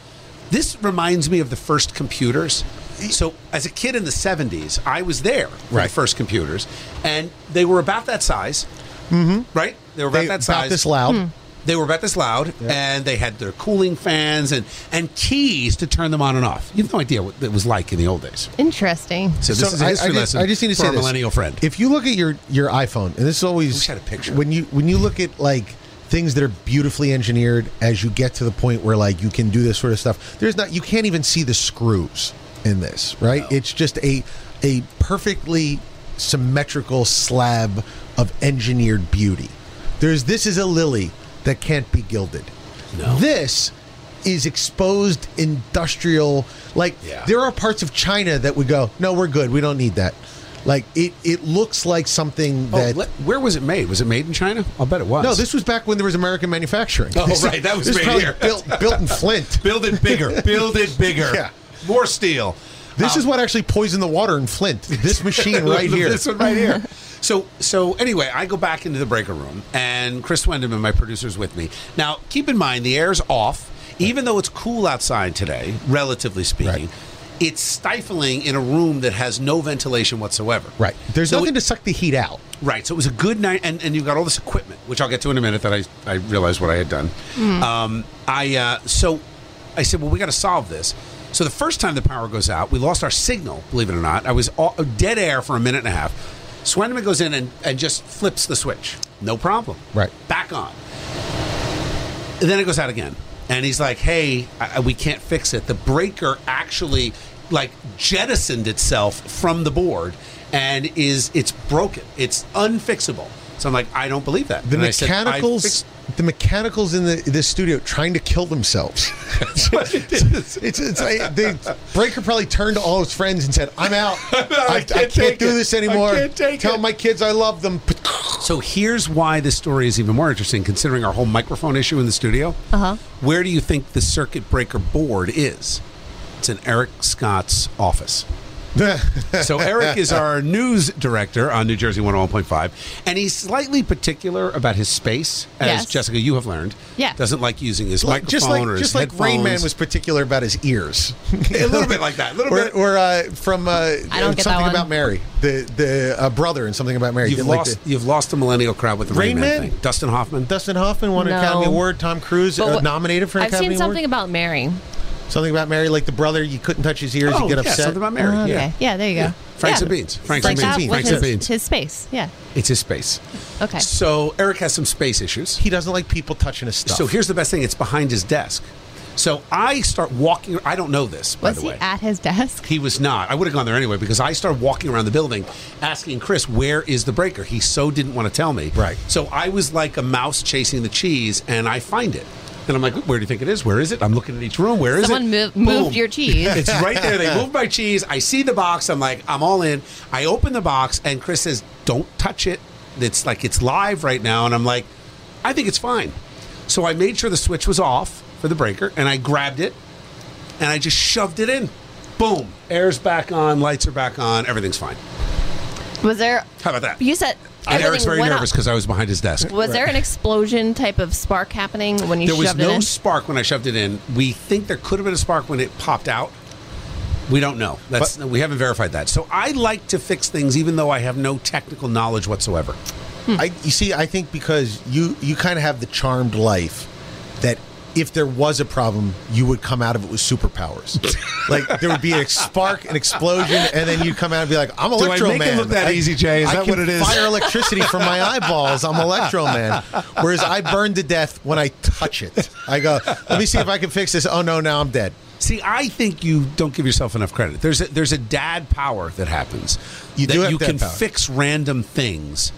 Speaker 5: This reminds me of the first computers. So, as a kid in the 70s, I was there for the
Speaker 6: Right.
Speaker 5: first computers, and they were about that size, mm-hmm. right? They were about
Speaker 6: They-
Speaker 5: that
Speaker 6: about
Speaker 5: size.
Speaker 6: this
Speaker 4: Hmm.
Speaker 6: loud.
Speaker 5: They were about this loud, and they had their cooling fans and, and keys to turn them on and off. You have no idea what it was like in the old days.
Speaker 4: Interesting.
Speaker 5: So, this is a
Speaker 6: I-
Speaker 5: history
Speaker 6: I, just,
Speaker 5: lesson
Speaker 6: I just need to
Speaker 5: for
Speaker 6: say
Speaker 5: a
Speaker 6: this.
Speaker 5: millennial friend.
Speaker 6: If you look at your your iPhone, and this is always
Speaker 5: I wish I had a picture.
Speaker 6: when you when you look at like things that are beautifully engineered as you get to the point where like you can do this sort of stuff. There's not you can't even see the screws in this, right? It's just a a perfectly symmetrical slab of engineered beauty. There's this is a lily that can't be gilded. This is exposed industrial like
Speaker 5: Yeah.
Speaker 6: there are parts of China that we go, no, we're good. We don't need that. Like it, it looks like something
Speaker 5: Oh,
Speaker 6: that.
Speaker 5: let- where was it made? Was it made in China? I'll bet it was.
Speaker 6: no, this was back when there was American manufacturing.
Speaker 5: Oh,
Speaker 6: This-
Speaker 5: right, that was
Speaker 6: this
Speaker 5: made
Speaker 6: probably
Speaker 5: here.
Speaker 6: built built in Flint.
Speaker 5: Build it bigger. Build it bigger.
Speaker 6: Yeah.
Speaker 5: More steel. Um,
Speaker 6: This is what actually poisoned the water in Flint. This machine right here.
Speaker 5: This one right here. So so anyway, I go back into the breaker room, and Chris Wendeman, my producer, is with me. Now, keep in mind the air's off, even though it's cool outside today, relatively speaking.
Speaker 6: Right.
Speaker 5: It's stifling in a room that has no ventilation whatsoever.
Speaker 6: Right. There's
Speaker 5: So
Speaker 6: nothing
Speaker 5: it-
Speaker 6: to suck the heat out.
Speaker 5: Right. So it was a good night, and, and you've got all this equipment, which I'll get to in a minute. That I, I realized what I had done. Um, I uh, so I said, well, we got to solve this. So the first time the power goes out, we lost our signal. Believe it or not, I was all, dead air for a minute and a half. Swendeman goes in and, and just flips the switch. No problem.
Speaker 6: Right.
Speaker 5: Back on. And then it goes out again, and he's like, "Hey, I, I- we can't fix it. The breaker actually like jettisoned itself from the board, and is it's broken. It's unfixable." So I'm like, "I don't believe that."
Speaker 6: The
Speaker 5: And I said, "I
Speaker 6: mechanicals.
Speaker 5: fixed-
Speaker 6: the mechanicals in the this studio trying to kill themselves. It's, it's like the breaker probably turned to all his friends and said, "I'm out. I, I
Speaker 5: can't
Speaker 6: can't,
Speaker 5: take
Speaker 6: do
Speaker 5: it.
Speaker 6: this
Speaker 5: I
Speaker 6: anymore.
Speaker 5: can't take
Speaker 6: Tell
Speaker 5: it."
Speaker 6: my kids I love them."
Speaker 5: So here's why this story is even more interesting, considering our whole microphone issue in the studio. Uh huh. Where do you think the circuit breaker board is? It's in Eric Scott's office. So Eric is our news director on New Jersey 101.5, and he's slightly particular about his space, as
Speaker 4: Yes.
Speaker 5: Jessica, you have learned.
Speaker 4: Yeah.
Speaker 5: Doesn't like using his
Speaker 6: Like-
Speaker 5: microphone
Speaker 6: just like
Speaker 5: or his
Speaker 6: just like Rain Man
Speaker 5: headphones.
Speaker 6: was particular about his ears,
Speaker 5: A little bit like that, a little
Speaker 6: or,
Speaker 5: bit.
Speaker 6: or uh, from uh,
Speaker 4: I don't get that
Speaker 6: something
Speaker 4: one.
Speaker 6: about Mary, the the uh, brother and something about Mary.
Speaker 5: You've
Speaker 6: Didn't like
Speaker 5: lost,
Speaker 6: the-
Speaker 5: you've lost the millennial crowd with the Rain,
Speaker 6: Rain
Speaker 5: Man,
Speaker 6: Man?
Speaker 5: thing. Dustin Hoffman.
Speaker 6: Dustin Hoffman won an
Speaker 4: No.
Speaker 6: Academy Award. Tom Cruise
Speaker 4: But
Speaker 6: uh,
Speaker 4: what-
Speaker 6: nominated for an
Speaker 4: I've
Speaker 6: Academy
Speaker 4: seen something
Speaker 6: Award.
Speaker 4: about Mary.
Speaker 6: Something about Mary, like the brother, you couldn't touch his ears, you get
Speaker 5: yeah,
Speaker 6: upset.
Speaker 5: something about Mary.
Speaker 7: Oh, okay.
Speaker 5: Yeah.
Speaker 7: Yeah. there you go.
Speaker 6: Franks
Speaker 7: Yeah.
Speaker 6: and beans.
Speaker 5: Franks
Speaker 7: like
Speaker 5: and
Speaker 7: that
Speaker 5: beans.
Speaker 7: was
Speaker 6: Franks
Speaker 7: his,
Speaker 6: and beans.
Speaker 7: his space. Yeah.
Speaker 5: It's his space.
Speaker 7: Okay.
Speaker 5: So Eric has some space issues.
Speaker 6: He doesn't like people touching his stuff.
Speaker 5: So here's the best thing: it's behind his desk. So I start walking. I don't know this, by
Speaker 7: Was
Speaker 5: the
Speaker 7: he
Speaker 5: way.
Speaker 7: at his desk?
Speaker 5: He was not. I would have gone there anyway because I started walking around the building asking Chris, where is the breaker? He so didn't want to tell me.
Speaker 6: Right.
Speaker 5: So I was like a mouse chasing the cheese and I find it. And I'm like, where do you think it is? Where is it? I'm looking at each room. Where is
Speaker 7: Someone
Speaker 5: it?
Speaker 7: moved, moved
Speaker 5: Boom.
Speaker 7: your cheese.
Speaker 5: It's right there. They moved my cheese. I see the box. I'm like, I'm all in. I open the box and Chris says, don't touch it. It's like, it's live right now. And I'm like, I think it's fine. So I made sure the switch was off for the breaker and I grabbed it and I just shoved it in. Boom. Air's back on, lights are back on, everything's fine.
Speaker 4: Was there?
Speaker 5: How about that?
Speaker 4: You said
Speaker 5: And Eric's
Speaker 4: everything
Speaker 5: very
Speaker 4: went up.
Speaker 5: nervous because I was behind his desk.
Speaker 4: Was there an explosion type of spark happening when you
Speaker 5: There was
Speaker 4: shoved it
Speaker 5: no
Speaker 4: in?
Speaker 5: spark when I shoved it in. We think there could have been a spark when it popped out. We don't know. That's we haven't verified that. So I like to fix things even though I have no technical knowledge whatsoever.
Speaker 6: I, you see, I think because you you kind of have the charmed life that if there was a problem, you would come out of it with superpowers. like there would be a spark, an explosion, and then you'd come out and be like, "I'm
Speaker 5: I
Speaker 6: Electro
Speaker 5: make it
Speaker 6: Man."
Speaker 5: look that
Speaker 6: I-
Speaker 5: easy, Jay? Is
Speaker 6: I
Speaker 5: that
Speaker 6: can
Speaker 5: what it is?
Speaker 6: Fire electricity from my eyeballs. I'm Electro Man. Whereas I burn to death when I touch it. I go, "Let me see if I can fix this." Oh no, now I'm dead.
Speaker 5: See, I think you don't give yourself enough credit. There's a, there's a dad power that happens.
Speaker 6: You
Speaker 5: that
Speaker 6: do have
Speaker 5: you
Speaker 6: dad
Speaker 5: can
Speaker 6: power.
Speaker 5: fix random things.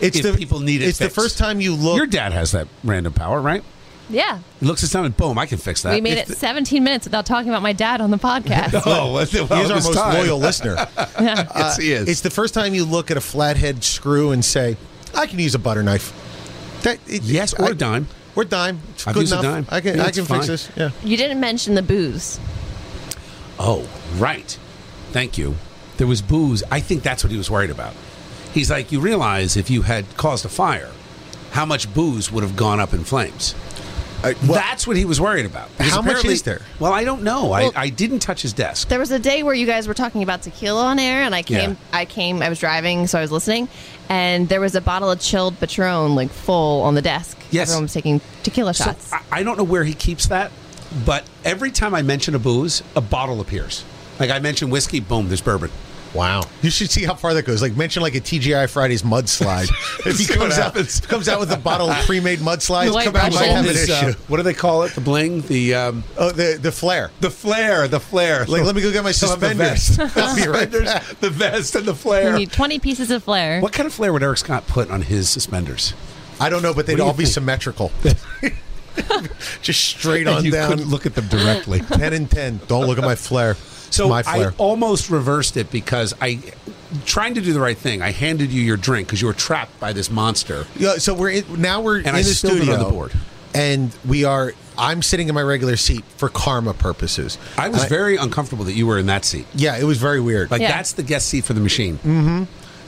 Speaker 6: It's
Speaker 5: If people need it
Speaker 6: It's
Speaker 5: fixed.
Speaker 6: the first time you look.
Speaker 5: Your dad has that random power, right?
Speaker 4: Yeah.
Speaker 5: He looks at something, boom, I can fix that.
Speaker 4: We made
Speaker 5: Uh, If
Speaker 4: it 17 minutes without talking about my dad on the podcast.
Speaker 5: Oh, well, it
Speaker 6: He's our
Speaker 5: was
Speaker 6: most
Speaker 5: time.
Speaker 6: loyal listener.
Speaker 5: Yes, he is.
Speaker 6: It's the first time you look at a flathead screw and say, "I can use a butter knife." That- it-
Speaker 5: Yes, or
Speaker 6: I-
Speaker 5: a dime.
Speaker 6: Or dime. It's
Speaker 5: I've
Speaker 6: good
Speaker 5: used a
Speaker 6: enough.
Speaker 5: dime.
Speaker 6: I can.
Speaker 5: Yeah,
Speaker 6: I
Speaker 5: it's
Speaker 6: can
Speaker 5: fine.
Speaker 6: fix this. Yeah.
Speaker 4: You didn't mention the booze.
Speaker 5: Oh, right. Thank you. There was booze. I think that's what he was worried about. He's like, you realize if you had caused a fire, how much booze would have gone up in flames. that's what he was worried about. Because
Speaker 6: How much
Speaker 5: apparently-
Speaker 6: is there?
Speaker 5: Well, I don't know.
Speaker 4: Well-
Speaker 5: I, I didn't touch his desk.
Speaker 4: There was a day where you guys were talking about tequila on air, and I came.
Speaker 5: Yeah.
Speaker 4: I came. I was driving, so I was listening, and there was a bottle of chilled Patron, like full, on the desk.
Speaker 5: Yes.
Speaker 4: everyone was taking tequila
Speaker 5: So uh,
Speaker 4: shots.
Speaker 5: I, I don't know where he keeps that, but every time I mention a booze, a bottle appears. Like I mentioned whiskey, boom, there's bourbon.
Speaker 6: Wow. You should see how far that goes. Like mention like a TGI Fridays mudslide. if he
Speaker 5: See what
Speaker 6: comes out,
Speaker 5: happens.
Speaker 6: comes out with a bottle of pre-made mudslides,
Speaker 4: The white
Speaker 6: come out
Speaker 4: Russian.
Speaker 6: might have an
Speaker 5: His, uh,
Speaker 6: issue.
Speaker 5: what do they call it? The bling, the um,
Speaker 6: Oh, the the flare.
Speaker 5: the flare, the flare.
Speaker 6: Like, let me go get my
Speaker 5: Still have
Speaker 6: suspenders.
Speaker 5: The vest.
Speaker 6: I'll be right
Speaker 5: Suspenders,
Speaker 6: back.
Speaker 5: the vest and the flare.
Speaker 7: You need 20 pieces of flair.
Speaker 5: What kind of flare would Eric Scott put on his suspenders?
Speaker 6: I don't know, but they'd
Speaker 5: do you
Speaker 6: all be
Speaker 5: think?
Speaker 6: symmetrical. Just straight
Speaker 5: And
Speaker 6: on
Speaker 5: you
Speaker 6: down.
Speaker 5: couldn't look at them directly.
Speaker 6: ten and ten. Don't look at my flare.
Speaker 5: So
Speaker 6: my
Speaker 5: I
Speaker 6: flare.
Speaker 5: almost reversed it because I, trying to do the right thing, I handed you your drink because you were trapped by this monster.
Speaker 6: Yeah, so we're in, now we're in
Speaker 5: I
Speaker 6: the
Speaker 5: spilled it on
Speaker 6: studio
Speaker 5: the board.
Speaker 6: and we are. I'm sitting in my regular seat for karma purposes.
Speaker 5: I was
Speaker 6: And
Speaker 5: very uncomfortable that you were in that seat.
Speaker 6: yeah. It was very weird.
Speaker 5: Like
Speaker 4: Yeah.
Speaker 5: that's the guest seat for the machine.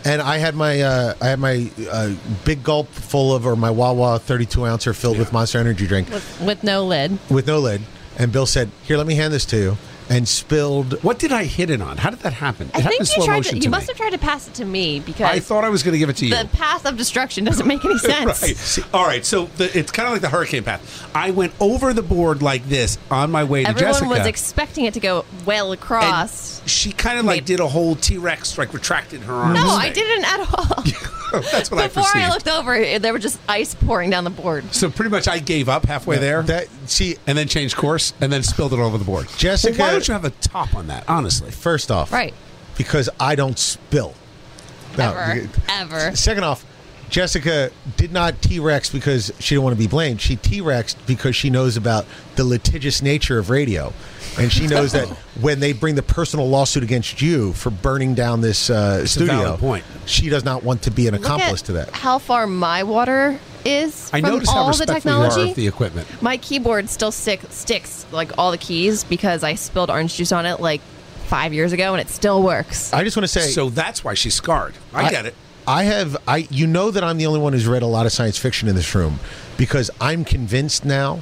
Speaker 6: and I had my uh, I had my uh, big gulp full of or my Wawa 32 ouncer filled with Monster Energy drink
Speaker 4: with no lid.
Speaker 6: with no lid. And Bill said, "Here, let me hand this to you." And spilled.
Speaker 5: What did I hit it on? How did that happen? It
Speaker 4: I
Speaker 5: happened
Speaker 4: think
Speaker 5: in
Speaker 4: you
Speaker 5: slow
Speaker 4: tried.
Speaker 5: motion
Speaker 4: To,
Speaker 5: to
Speaker 4: you
Speaker 5: me.
Speaker 4: must have tried to pass it to me because
Speaker 5: I thought I was going to give it to you.
Speaker 4: the path of destruction doesn't make any sense.
Speaker 5: Right. See, all right. So the, it's kind of like the hurricane path. I went over the board like this on my way to
Speaker 4: Everyone
Speaker 5: Jessica.
Speaker 4: was expecting it to go well
Speaker 5: and
Speaker 4: across.
Speaker 5: she kind of like
Speaker 4: Maybe-
Speaker 5: did a whole T Rex, like retracted her arms.
Speaker 4: No, I
Speaker 5: thing.
Speaker 4: didn't at all.
Speaker 5: That's what
Speaker 4: Before
Speaker 5: I perceived.
Speaker 4: I looked over, there were just ice pouring down the board.
Speaker 5: so pretty much, I gave up halfway there,
Speaker 6: That see,
Speaker 5: and then changed course, and then spilled it all over the board.
Speaker 6: Jessica-
Speaker 5: why don't you have a top on that? Honestly,
Speaker 6: first off,
Speaker 4: Right.
Speaker 6: Because I don't spill. No,
Speaker 4: Ever.
Speaker 6: you-
Speaker 4: Ever.
Speaker 6: Second off, Jessica did not T Rex because she didn't want to be blamed. She T Rexed because she knows about the litigious nature of radio. And she knows that when they bring the personal lawsuit against you for burning down this uh,
Speaker 5: a valid
Speaker 6: studio,
Speaker 5: point.
Speaker 6: she does not want to be an
Speaker 4: Look
Speaker 6: accomplice
Speaker 4: at
Speaker 6: to that.
Speaker 4: How far my water is
Speaker 5: I
Speaker 4: from
Speaker 5: noticed how
Speaker 4: all the
Speaker 5: respectful you are
Speaker 4: technology.
Speaker 5: of the equipment.
Speaker 4: my keyboard still stick, sticks like all the keys because I spilled orange juice on it like five years ago and it still works.
Speaker 6: I just want to say
Speaker 5: So that's why she's scarred. I, get it.
Speaker 6: I have I you know that I'm the only one who's read a lot of science fiction in this room because I'm convinced now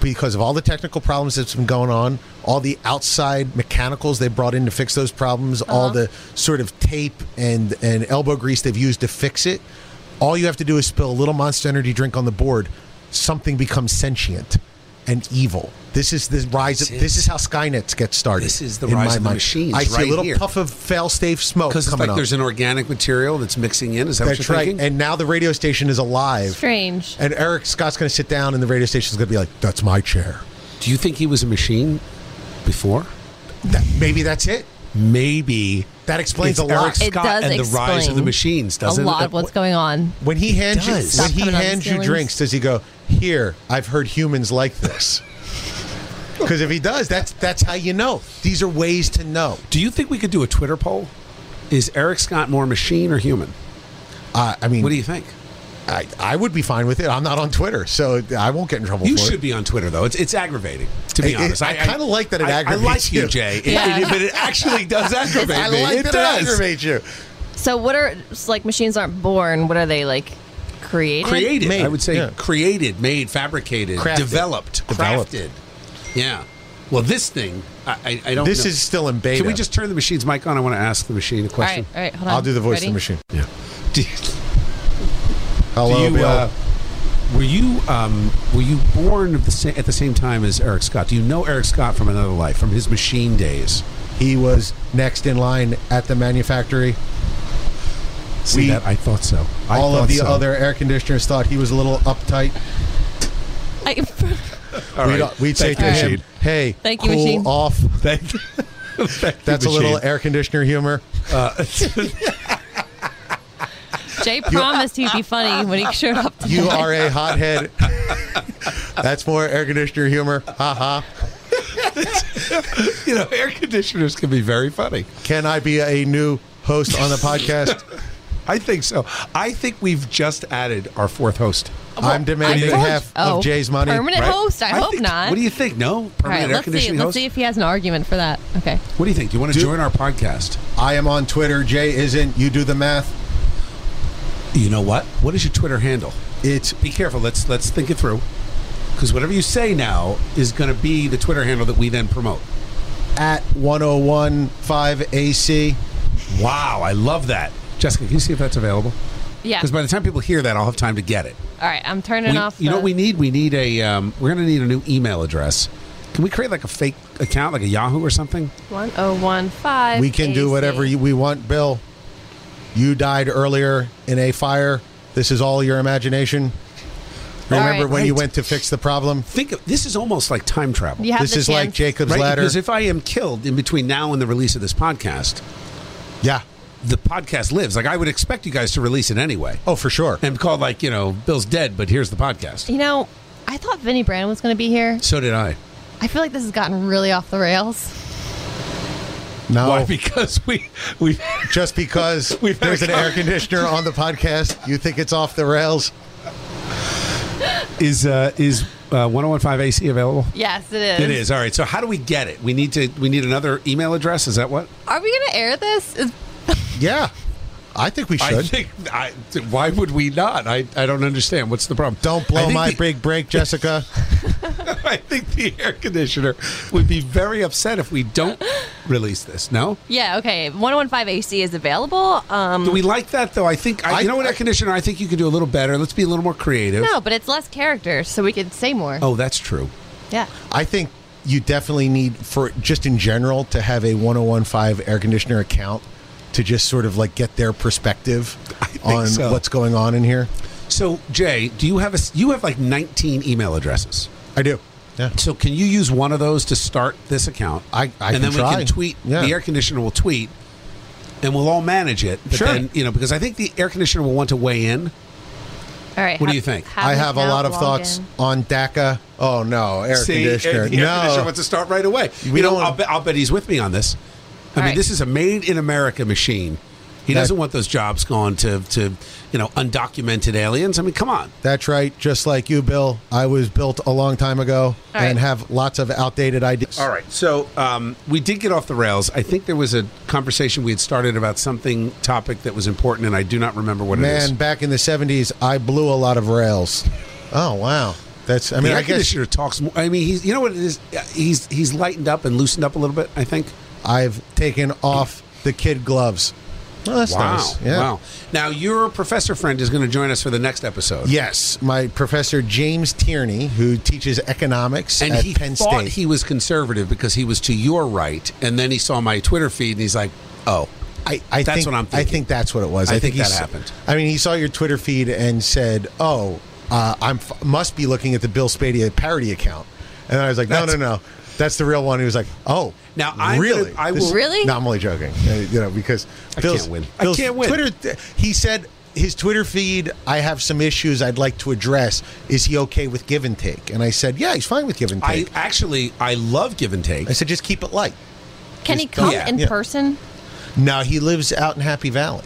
Speaker 6: because of all the technical problems that's been going on, all the outside mechanicals they brought in to fix those problems, all the sort of tape and and elbow grease they've used to fix it. All you have to do is spill a little Monster Energy drink on the board, something becomes sentient. and evil. This is the rise of
Speaker 5: This
Speaker 6: this
Speaker 5: is-
Speaker 6: is how Skynet gets started.
Speaker 5: This is the
Speaker 6: in
Speaker 5: rise
Speaker 6: my
Speaker 5: of the
Speaker 6: mind.
Speaker 5: machines
Speaker 6: I see
Speaker 5: right
Speaker 6: a little
Speaker 5: here.
Speaker 6: puff of fail-safe smoke
Speaker 5: Because it's
Speaker 6: coming
Speaker 5: like
Speaker 6: up.
Speaker 5: there's an organic material that's mixing in. Is that
Speaker 6: That's
Speaker 5: what you're
Speaker 6: right.
Speaker 5: thinking?
Speaker 6: And now the radio station is alive.
Speaker 8: Strange.
Speaker 6: And Eric Scott's going to sit down, and the radio station's going to be like, "That's my chair."
Speaker 5: Do you think he was a machine before?
Speaker 6: That, maybe that's it.
Speaker 5: Maybe
Speaker 6: That
Speaker 5: it's
Speaker 6: explains a lot.
Speaker 5: Eric
Speaker 8: It
Speaker 5: Scott
Speaker 8: does
Speaker 5: and the rise of the
Speaker 8: explain
Speaker 5: machines, doesn't
Speaker 8: a lot
Speaker 5: it?
Speaker 6: uh,
Speaker 8: of what's going on.
Speaker 6: When he hands you,
Speaker 5: does.
Speaker 6: when
Speaker 8: Stop
Speaker 6: he
Speaker 8: coming on the
Speaker 6: hands you
Speaker 8: ceilings.
Speaker 6: drinks, does he go, "Here, I've heard humans like this"? Because if he does, that's that's how you know. These are ways to know.
Speaker 5: Do you think we could do a Twitter poll? Is Eric Scott more machine or human?
Speaker 6: Uh, I mean,
Speaker 5: What do you think?
Speaker 6: I, I would be fine with it. I'm not on Twitter, so I won't get in trouble.
Speaker 5: You
Speaker 6: for
Speaker 5: should
Speaker 6: it.
Speaker 5: be on Twitter though. It's it's aggravating to be
Speaker 6: It- it-
Speaker 5: honest.
Speaker 6: I kinda like that it
Speaker 5: I- I like
Speaker 6: aggravates
Speaker 5: you,
Speaker 6: you.
Speaker 5: Jay, It-
Speaker 8: Yeah.
Speaker 5: it- but it actually does aggravate
Speaker 6: I
Speaker 5: me.
Speaker 6: like
Speaker 5: it
Speaker 6: that
Speaker 5: does.
Speaker 6: it aggravates you.
Speaker 8: So what are it's like machines aren't born? What are they like created?
Speaker 5: created.
Speaker 6: Made,
Speaker 5: I would say
Speaker 6: yeah.
Speaker 5: created, made, fabricated,
Speaker 6: Crafted.
Speaker 5: developed,
Speaker 6: Developed.
Speaker 5: crafted. Yeah. Well, this thing, I, I, I don't.
Speaker 6: This
Speaker 5: know.
Speaker 6: is still in beta.
Speaker 5: Can we just turn the machine's mic on? I want to ask the machine a
Speaker 8: All right,
Speaker 5: question.
Speaker 8: all right, hold on.
Speaker 6: I'll do the voice
Speaker 8: Ready?
Speaker 6: of the machine.
Speaker 5: Yeah. Do, do
Speaker 6: Hello,
Speaker 5: you,
Speaker 6: Bill.
Speaker 5: uh, were you um, were you born of the sa- at the same time as Eric Scott? Do you know Eric Scott from another life, from his machine days?
Speaker 6: he was next in line at the manufactory.
Speaker 5: See
Speaker 6: We-
Speaker 5: that? I thought so. I
Speaker 6: All
Speaker 5: thought
Speaker 6: of the
Speaker 5: so.
Speaker 6: other air conditioners thought he was a little uptight.
Speaker 8: I,
Speaker 5: All
Speaker 6: we'd
Speaker 5: right.
Speaker 6: we'd say
Speaker 5: Thank
Speaker 6: to
Speaker 5: you,
Speaker 6: him,
Speaker 5: machine.
Speaker 6: "Hey,
Speaker 8: Thank you,
Speaker 6: cool
Speaker 8: machine."
Speaker 6: off.
Speaker 5: Thank you. Thank you,
Speaker 6: That's a
Speaker 5: machine.
Speaker 6: little air conditioner humor."
Speaker 8: Jay promised he'd be funny when he showed up.
Speaker 6: You are a hothead. That's more air conditioner humor. Ha ha.
Speaker 5: you know, air conditioners can be very funny.
Speaker 6: Can I be a new host on the podcast?
Speaker 5: I think so. I think we've just added our fourth host.
Speaker 6: I'm demanding
Speaker 8: I told-
Speaker 6: half of Jay's money.
Speaker 8: Permanent
Speaker 5: right?
Speaker 8: host? I, hope
Speaker 5: think-
Speaker 8: not.
Speaker 5: What do you think? No
Speaker 8: All right,
Speaker 5: permanent air
Speaker 8: let's see.
Speaker 5: conditioning
Speaker 8: Let's
Speaker 5: host.
Speaker 8: see if he has an argument for that. Okay.
Speaker 5: What do you think? Do you want to join our podcast?
Speaker 6: I am on Twitter. Jay isn't. You do the math.
Speaker 5: You know what? What is your Twitter handle?
Speaker 6: It's
Speaker 5: Be careful. Let's let's think it through, because whatever you say now is going to be the Twitter handle that we then promote.
Speaker 6: at 1015 AC.
Speaker 5: Wow, I love that, Jessica. Can you see if that's available?
Speaker 8: Yeah.
Speaker 5: Because by the time people hear that, I'll have time to get it.
Speaker 8: All right, I'm turning
Speaker 5: We-
Speaker 8: off.
Speaker 5: you know
Speaker 8: the-
Speaker 5: what we need? We need a. Um, we're going to need a new email address. Can we create like a fake account, like a Yahoo or something?
Speaker 8: 1015.
Speaker 6: We can do whatever you- we want, Bill. You died earlier in a fire. This is all your imagination. Remember
Speaker 8: right.
Speaker 6: when you
Speaker 5: Right.
Speaker 6: went to fix the problem?
Speaker 5: Think of this is almost like time travel.
Speaker 8: You have
Speaker 6: This
Speaker 8: the
Speaker 6: is like
Speaker 8: chance.
Speaker 6: Jacob's
Speaker 5: Right?
Speaker 6: ladder.
Speaker 5: Because if I am killed in between now and the release of this podcast,
Speaker 6: yeah.
Speaker 5: the podcast lives. Like I would expect you guys to release it anyway.
Speaker 6: Oh, for sure.
Speaker 5: And call like, you know, Bill's dead, but here's the podcast.
Speaker 8: You know, I thought Vinny Brand was going to be here.
Speaker 5: So did I.
Speaker 8: I feel like this has gotten really off the rails.
Speaker 6: No,
Speaker 5: Why? Because we we
Speaker 6: just because
Speaker 5: We've had
Speaker 6: there's
Speaker 5: a
Speaker 6: an
Speaker 5: con-
Speaker 6: air conditioner on the podcast, you think it's off the rails?
Speaker 5: is uh is uh 1015 AC available?
Speaker 8: Yes, it is.
Speaker 5: It is. All right. So how do we get it? We need to we need another email address. Is that what?
Speaker 8: Are we going to air this? Is-
Speaker 6: Yeah. I think we should.
Speaker 5: I think I why would we not? I, I don't understand. What's the problem?
Speaker 6: Don't
Speaker 5: I
Speaker 6: blow
Speaker 5: think
Speaker 6: my
Speaker 5: the-
Speaker 6: big break, Jessica.
Speaker 5: I think the air conditioner would be very upset if we don't release this. No?
Speaker 8: yeah, okay. oh 115 AC is available. Um,
Speaker 5: Do we like that though? I think I,
Speaker 6: I-
Speaker 5: you know what, air
Speaker 6: I-
Speaker 5: conditioner. I think you could do a little better. Let's be a little more creative.
Speaker 8: no, but it's less characters, so we could say more.
Speaker 5: Oh, that's true.
Speaker 8: Yeah.
Speaker 6: I think you definitely need for just in general to have a 1015 air conditioner account to just sort of like get their perspective
Speaker 5: think
Speaker 6: on
Speaker 5: so.
Speaker 6: what's going on in here.
Speaker 5: So, Jay, do you have a? s- You have like 19 email addresses.
Speaker 6: I do. Yeah.
Speaker 5: So, can you use one of those to start this account?
Speaker 6: I- I
Speaker 5: and then
Speaker 6: can
Speaker 5: we
Speaker 6: try.
Speaker 5: can tweet.
Speaker 6: Yeah.
Speaker 5: The air conditioner will tweet, and we'll all manage it. But
Speaker 6: Sure.
Speaker 5: Then, you know, because I think the air conditioner will want to weigh in.
Speaker 8: All right.
Speaker 5: What do
Speaker 8: ha-
Speaker 5: you think?
Speaker 6: I
Speaker 8: an
Speaker 6: have a lot of
Speaker 8: account, log
Speaker 6: thoughts
Speaker 8: in.
Speaker 6: on DACA. Oh no, air
Speaker 5: See,
Speaker 6: conditioner.
Speaker 5: the air
Speaker 6: no.
Speaker 5: conditioner wants to start right away.
Speaker 6: We
Speaker 5: you know,
Speaker 6: don't-
Speaker 5: I'll, bet, I'll bet he's with me on this. I
Speaker 8: All
Speaker 5: mean,
Speaker 8: right.
Speaker 5: this is a made in America machine. He
Speaker 6: That-
Speaker 5: doesn't want those jobs going to, to, you know, undocumented aliens. I mean, come on.
Speaker 6: That's right. Just like you, Bill. I was built a long time ago
Speaker 8: All right.
Speaker 6: and have lots of outdated ideas.
Speaker 5: All right. So um, we did get off the rails. I think there was a conversation we had started about something topic that was important, and I do not remember what it is.
Speaker 6: Man, back in the 70s, I blew a lot of rails. Oh, wow. That's, I
Speaker 5: I mean,
Speaker 6: mean,
Speaker 5: the
Speaker 6: I
Speaker 5: air
Speaker 6: guess
Speaker 5: conditioner talks. More, I mean, he's you know what it is. Uh, He's he's lightened up and loosened up a little bit. I think.
Speaker 6: I've taken off the kid gloves. Oh, that's
Speaker 5: Wow.
Speaker 6: nice. Yeah.
Speaker 5: Wow. Now, your professor friend is going to join us for the next episode.
Speaker 6: Yes, my professor James Tierney, who teaches economics
Speaker 5: And
Speaker 6: at
Speaker 5: he
Speaker 6: Penn
Speaker 5: thought
Speaker 6: State.
Speaker 5: he was conservative because he was to your right, and then he saw my Twitter feed and he's like, "Oh,
Speaker 6: I, I
Speaker 5: That's
Speaker 6: think,
Speaker 5: what I'm
Speaker 6: I
Speaker 5: thinking.
Speaker 6: think that's what it was.
Speaker 5: I
Speaker 6: I,
Speaker 5: think
Speaker 6: he
Speaker 5: that
Speaker 6: s-
Speaker 5: happened.
Speaker 6: I mean, he saw your Twitter feed and said, "Oh, uh, I'm f- must be looking at the Bill Spadia parody account," and I was like, "No,
Speaker 5: That's-
Speaker 6: no, no, that's the real one." He was like, "Oh,
Speaker 5: Now, I'm
Speaker 6: really,
Speaker 5: gonna- I
Speaker 6: This-
Speaker 5: will-
Speaker 8: Really?
Speaker 6: No, I'm only joking. Uh, you know, because
Speaker 5: I
Speaker 6: Bill's-
Speaker 5: can't win. I
Speaker 6: Bill's
Speaker 5: can't win.
Speaker 6: Twitter. He said his Twitter feed. I have some issues I'd like to address. Is he okay with give and take? And I said, "Yeah, he's fine with give and
Speaker 5: I
Speaker 6: take." I,
Speaker 5: actually I love give and take."
Speaker 6: said, "Just keep it light."
Speaker 8: Can he come
Speaker 5: yeah,
Speaker 8: in
Speaker 6: yeah.
Speaker 8: person?
Speaker 6: No, he lives out in Happy Valley.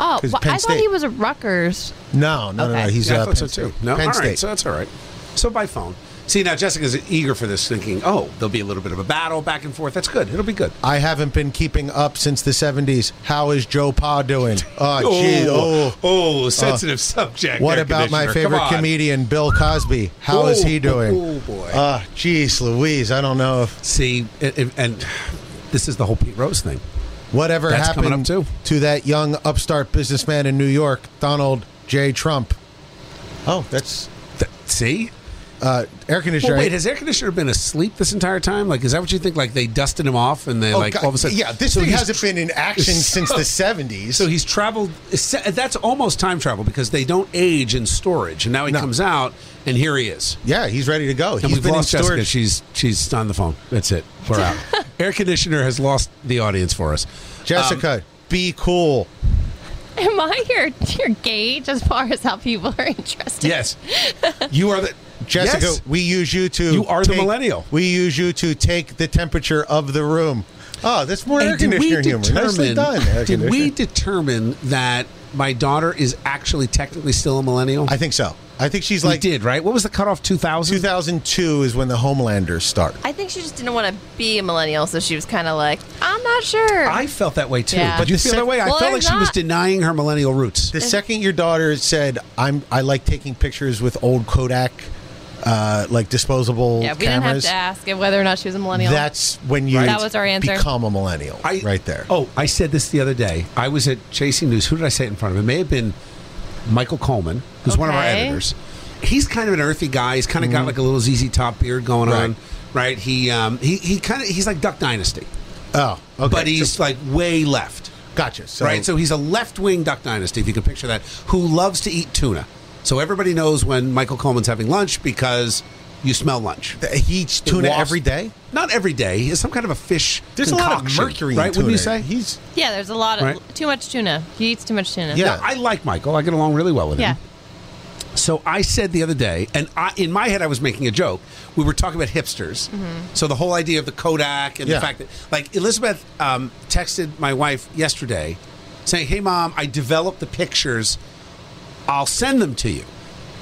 Speaker 8: Oh,
Speaker 6: 'Cause
Speaker 8: well,
Speaker 6: Penn
Speaker 8: I
Speaker 6: State.
Speaker 8: thought he was a Rutgers.
Speaker 6: No, no, no, no.
Speaker 8: Okay.
Speaker 6: He's
Speaker 5: Yeah, I
Speaker 6: uh,
Speaker 5: thought
Speaker 6: Penn
Speaker 5: so
Speaker 6: State.
Speaker 5: too. No,
Speaker 6: Penn
Speaker 5: all right,
Speaker 6: State.
Speaker 5: so that's all right. So by phone. See now, Jessica's eager for this, thinking, "Oh, there'll be a little bit of a battle back and forth. That's good. It'll be good."
Speaker 6: I haven't been keeping up since the 70s. How is Joe Pa doing? Oh, gee. Oh.
Speaker 5: oh, sensitive subject.
Speaker 6: What
Speaker 5: air
Speaker 6: about my
Speaker 5: conditioner. Come
Speaker 6: favorite
Speaker 5: on.
Speaker 6: comedian, Bill Cosby? How is
Speaker 5: Oh,
Speaker 6: he doing?
Speaker 5: oh, boy.
Speaker 6: Uh, geez, Louise, I don't know if
Speaker 5: See, and, and- and this is the whole Pete Rose thing.
Speaker 6: whatever
Speaker 5: That's coming
Speaker 6: happened
Speaker 5: up, too.
Speaker 6: to that young upstart businessman in New York, Donald J. Trump. Oh, that's
Speaker 5: Th- see.
Speaker 6: uh, air
Speaker 5: Well,
Speaker 6: conditioner.
Speaker 5: wait, has air conditioner been asleep this entire time? Like, is that what you think? Like, they dusted him off and they,
Speaker 6: Oh,
Speaker 5: like,
Speaker 6: God.
Speaker 5: all of a sudden.
Speaker 6: yeah, this
Speaker 5: So
Speaker 6: thing
Speaker 5: he's
Speaker 6: hasn't been in action since the 70s.
Speaker 5: So he's traveled. That's almost time travel because they don't age in storage. And now he
Speaker 6: No.
Speaker 5: comes out, and here he is.
Speaker 6: yeah, he's ready to go.
Speaker 5: And
Speaker 6: he's
Speaker 5: we've
Speaker 6: been
Speaker 5: lost
Speaker 6: in
Speaker 5: Jessica.
Speaker 6: storage.
Speaker 5: She's she's on the phone. That's it. We're out. Air conditioner has lost the audience for us. Um,
Speaker 6: Jessica, be cool.
Speaker 8: Am I your your gauge as far as how people are interested?
Speaker 5: Yes, you are the
Speaker 6: Jessica,
Speaker 5: Yes.
Speaker 6: we use you to.
Speaker 5: You are the
Speaker 6: take-
Speaker 5: millennial.
Speaker 6: We use you to take the temperature of the room. Oh, that's more air
Speaker 5: And did we
Speaker 6: conditioner humor. Nicely
Speaker 5: determine-
Speaker 6: done. air
Speaker 5: Did we
Speaker 6: conditioner.
Speaker 5: determine that my daughter is actually technically still a millennial?
Speaker 6: I think so. I think she's
Speaker 5: we
Speaker 6: like
Speaker 5: did right. What was the cutoff? Two thousand.
Speaker 6: 2002 is when the Homelanders start.
Speaker 8: I think she just didn't want to be a millennial, so she was kind of like, I'm not sure.
Speaker 5: I felt that way too.
Speaker 8: Yeah.
Speaker 5: Did
Speaker 8: But
Speaker 5: you
Speaker 6: the
Speaker 5: feel
Speaker 6: sec-
Speaker 5: that way? I
Speaker 8: Well,
Speaker 5: felt like
Speaker 8: there's
Speaker 5: she was
Speaker 8: not-
Speaker 5: denying her millennial roots.
Speaker 6: The second your daughter said, "I'm I like taking pictures with old Kodak, uh, like disposable
Speaker 8: yeah, we
Speaker 6: cameras."
Speaker 8: didn't have to ask whether or not she was a millennial.
Speaker 6: That's when you
Speaker 8: That was our answer.
Speaker 6: become a millennial, right there.
Speaker 5: Oh, I said this the other day. I was at Chasing News. Who did I say it in front of? It may have been Michael Coleman, who's one of our
Speaker 8: Okay.
Speaker 5: editors. He's kind of an earthy guy. He's kind of got like a little ZZ Top beard going
Speaker 6: Mm-hmm. Right.
Speaker 5: on, right? He um, he he kind of he's like Duck Dynasty,
Speaker 6: Oh, okay.
Speaker 5: but he's
Speaker 6: So-
Speaker 5: like way left,
Speaker 6: gotcha. So,
Speaker 5: right? So he's a left wing Duck Dynasty, if you can picture that, who loves to eat tuna. So everybody knows when Michael Coleman's having lunch because you smell lunch.
Speaker 6: he eats
Speaker 5: It
Speaker 6: tuna
Speaker 5: wasps-
Speaker 6: every day.
Speaker 5: Not every day. It's some kind of a fish.
Speaker 6: There's a lot of
Speaker 5: concoction,
Speaker 6: mercury in
Speaker 5: right? Wouldn't you
Speaker 6: tuna.
Speaker 5: say he's
Speaker 8: yeah, there's a lot of
Speaker 5: Right.
Speaker 8: too much tuna. He eats too much tuna.
Speaker 6: Yeah.
Speaker 5: Now, I like Michael. I get along really well with
Speaker 8: Yeah.
Speaker 5: him. So I said the other day, and I, in my head I was making a joke. We were talking about hipsters.
Speaker 8: Mm-hmm.
Speaker 5: So the whole idea of the Kodak and
Speaker 6: Yeah.
Speaker 5: the fact that, like, Elizabeth um, texted my wife yesterday saying, Hey, mom, I developed the pictures. I'll send them to you.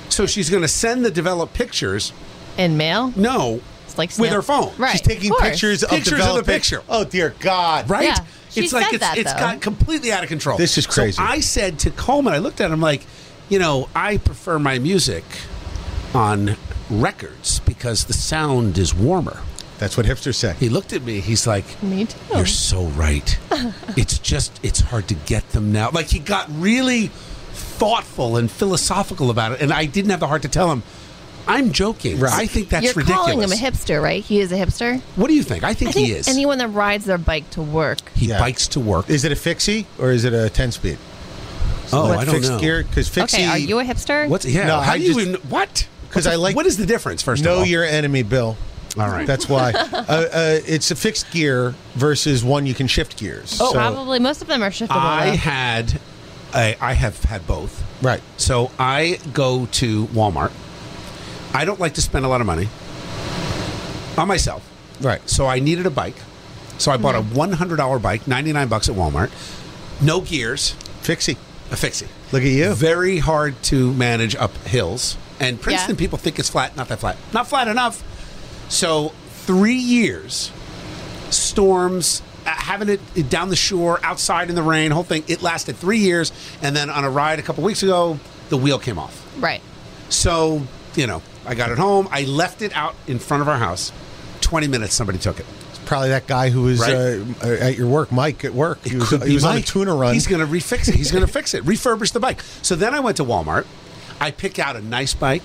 Speaker 5: So she's going to send the developed pictures.
Speaker 8: In mail?
Speaker 5: No.
Speaker 8: It's like
Speaker 5: with
Speaker 8: snap-
Speaker 5: her phone.
Speaker 8: Right.
Speaker 6: She's taking
Speaker 8: of course.
Speaker 6: pictures of
Speaker 5: Pictures of the
Speaker 6: developing-
Speaker 5: picture.
Speaker 6: Oh dear God!
Speaker 5: right?
Speaker 8: Yeah. She
Speaker 5: it's like
Speaker 8: said
Speaker 5: it's,
Speaker 8: that,
Speaker 5: it's
Speaker 8: though.
Speaker 5: got completely out of control.
Speaker 6: This is crazy.
Speaker 5: So I said to Coleman, I looked at him like, you know, I prefer my music on records because the sound is warmer.
Speaker 6: That's what hipsters say.
Speaker 5: He looked at me. He's like,
Speaker 8: Me too.
Speaker 5: "You're so right. it's just it's hard to get them now." Like he got really thoughtful and philosophical about it, and I didn't have the heart to tell him. I'm joking.
Speaker 6: Right.
Speaker 5: I think that's
Speaker 8: You're
Speaker 5: ridiculous.
Speaker 8: calling him a hipster, right? He is a hipster.
Speaker 5: What do you think? I think,
Speaker 8: I think
Speaker 5: he is.
Speaker 8: anyone that rides their bike to work.
Speaker 5: he
Speaker 6: Yeah.
Speaker 5: bikes to work.
Speaker 6: Is it a fixie or is it a ten speed?
Speaker 5: oh,
Speaker 6: Like
Speaker 5: I don't
Speaker 6: fixed
Speaker 5: know.
Speaker 6: gear because fixie.
Speaker 8: Okay, are you a hipster?
Speaker 5: What's yeah?
Speaker 6: No,
Speaker 5: how
Speaker 6: I
Speaker 5: do you
Speaker 6: just-
Speaker 5: even what?
Speaker 6: 'Cause
Speaker 5: What the-
Speaker 6: I like-
Speaker 5: What is the difference? First of
Speaker 6: know
Speaker 5: all,
Speaker 6: your enemy, Bill?
Speaker 5: All right.
Speaker 6: That's why uh, uh, it's a fixed gear versus one you can shift gears.
Speaker 8: Oh,
Speaker 6: So-
Speaker 8: probably most of them are shiftable.
Speaker 5: I
Speaker 8: though.
Speaker 5: had, I, I have had both.
Speaker 6: Right.
Speaker 5: So I go to Walmart. I don't like to spend a lot of money on myself.
Speaker 6: Right.
Speaker 5: So I needed a bike. So I bought
Speaker 6: Mm-hmm.
Speaker 5: a one hundred dollar bike, ninety nine bucks at Walmart. No gears,
Speaker 6: Fixie.
Speaker 5: a fixie.
Speaker 6: Look at you.
Speaker 5: Very hard to manage up hills. And Princeton people think it's flat, not that flat. Not flat enough. So, three years, storms, uh, having it down the shore, outside in the rain, whole thing, it lasted three years. And then on a ride a couple weeks ago, the wheel came off.
Speaker 8: Right.
Speaker 5: So, you know, I got it home. I left it out in front of our house. 20 minutes, somebody took it.
Speaker 6: probably that guy who was
Speaker 5: Right.
Speaker 6: uh, at your work, Mike at work. He was,
Speaker 5: could
Speaker 6: he
Speaker 5: be
Speaker 6: was on a
Speaker 5: Mike.
Speaker 6: tuner run.
Speaker 5: He's going to refix it. He's going to fix it. Refurbish the bike. So then I went to Walmart. I pick out a nice bike.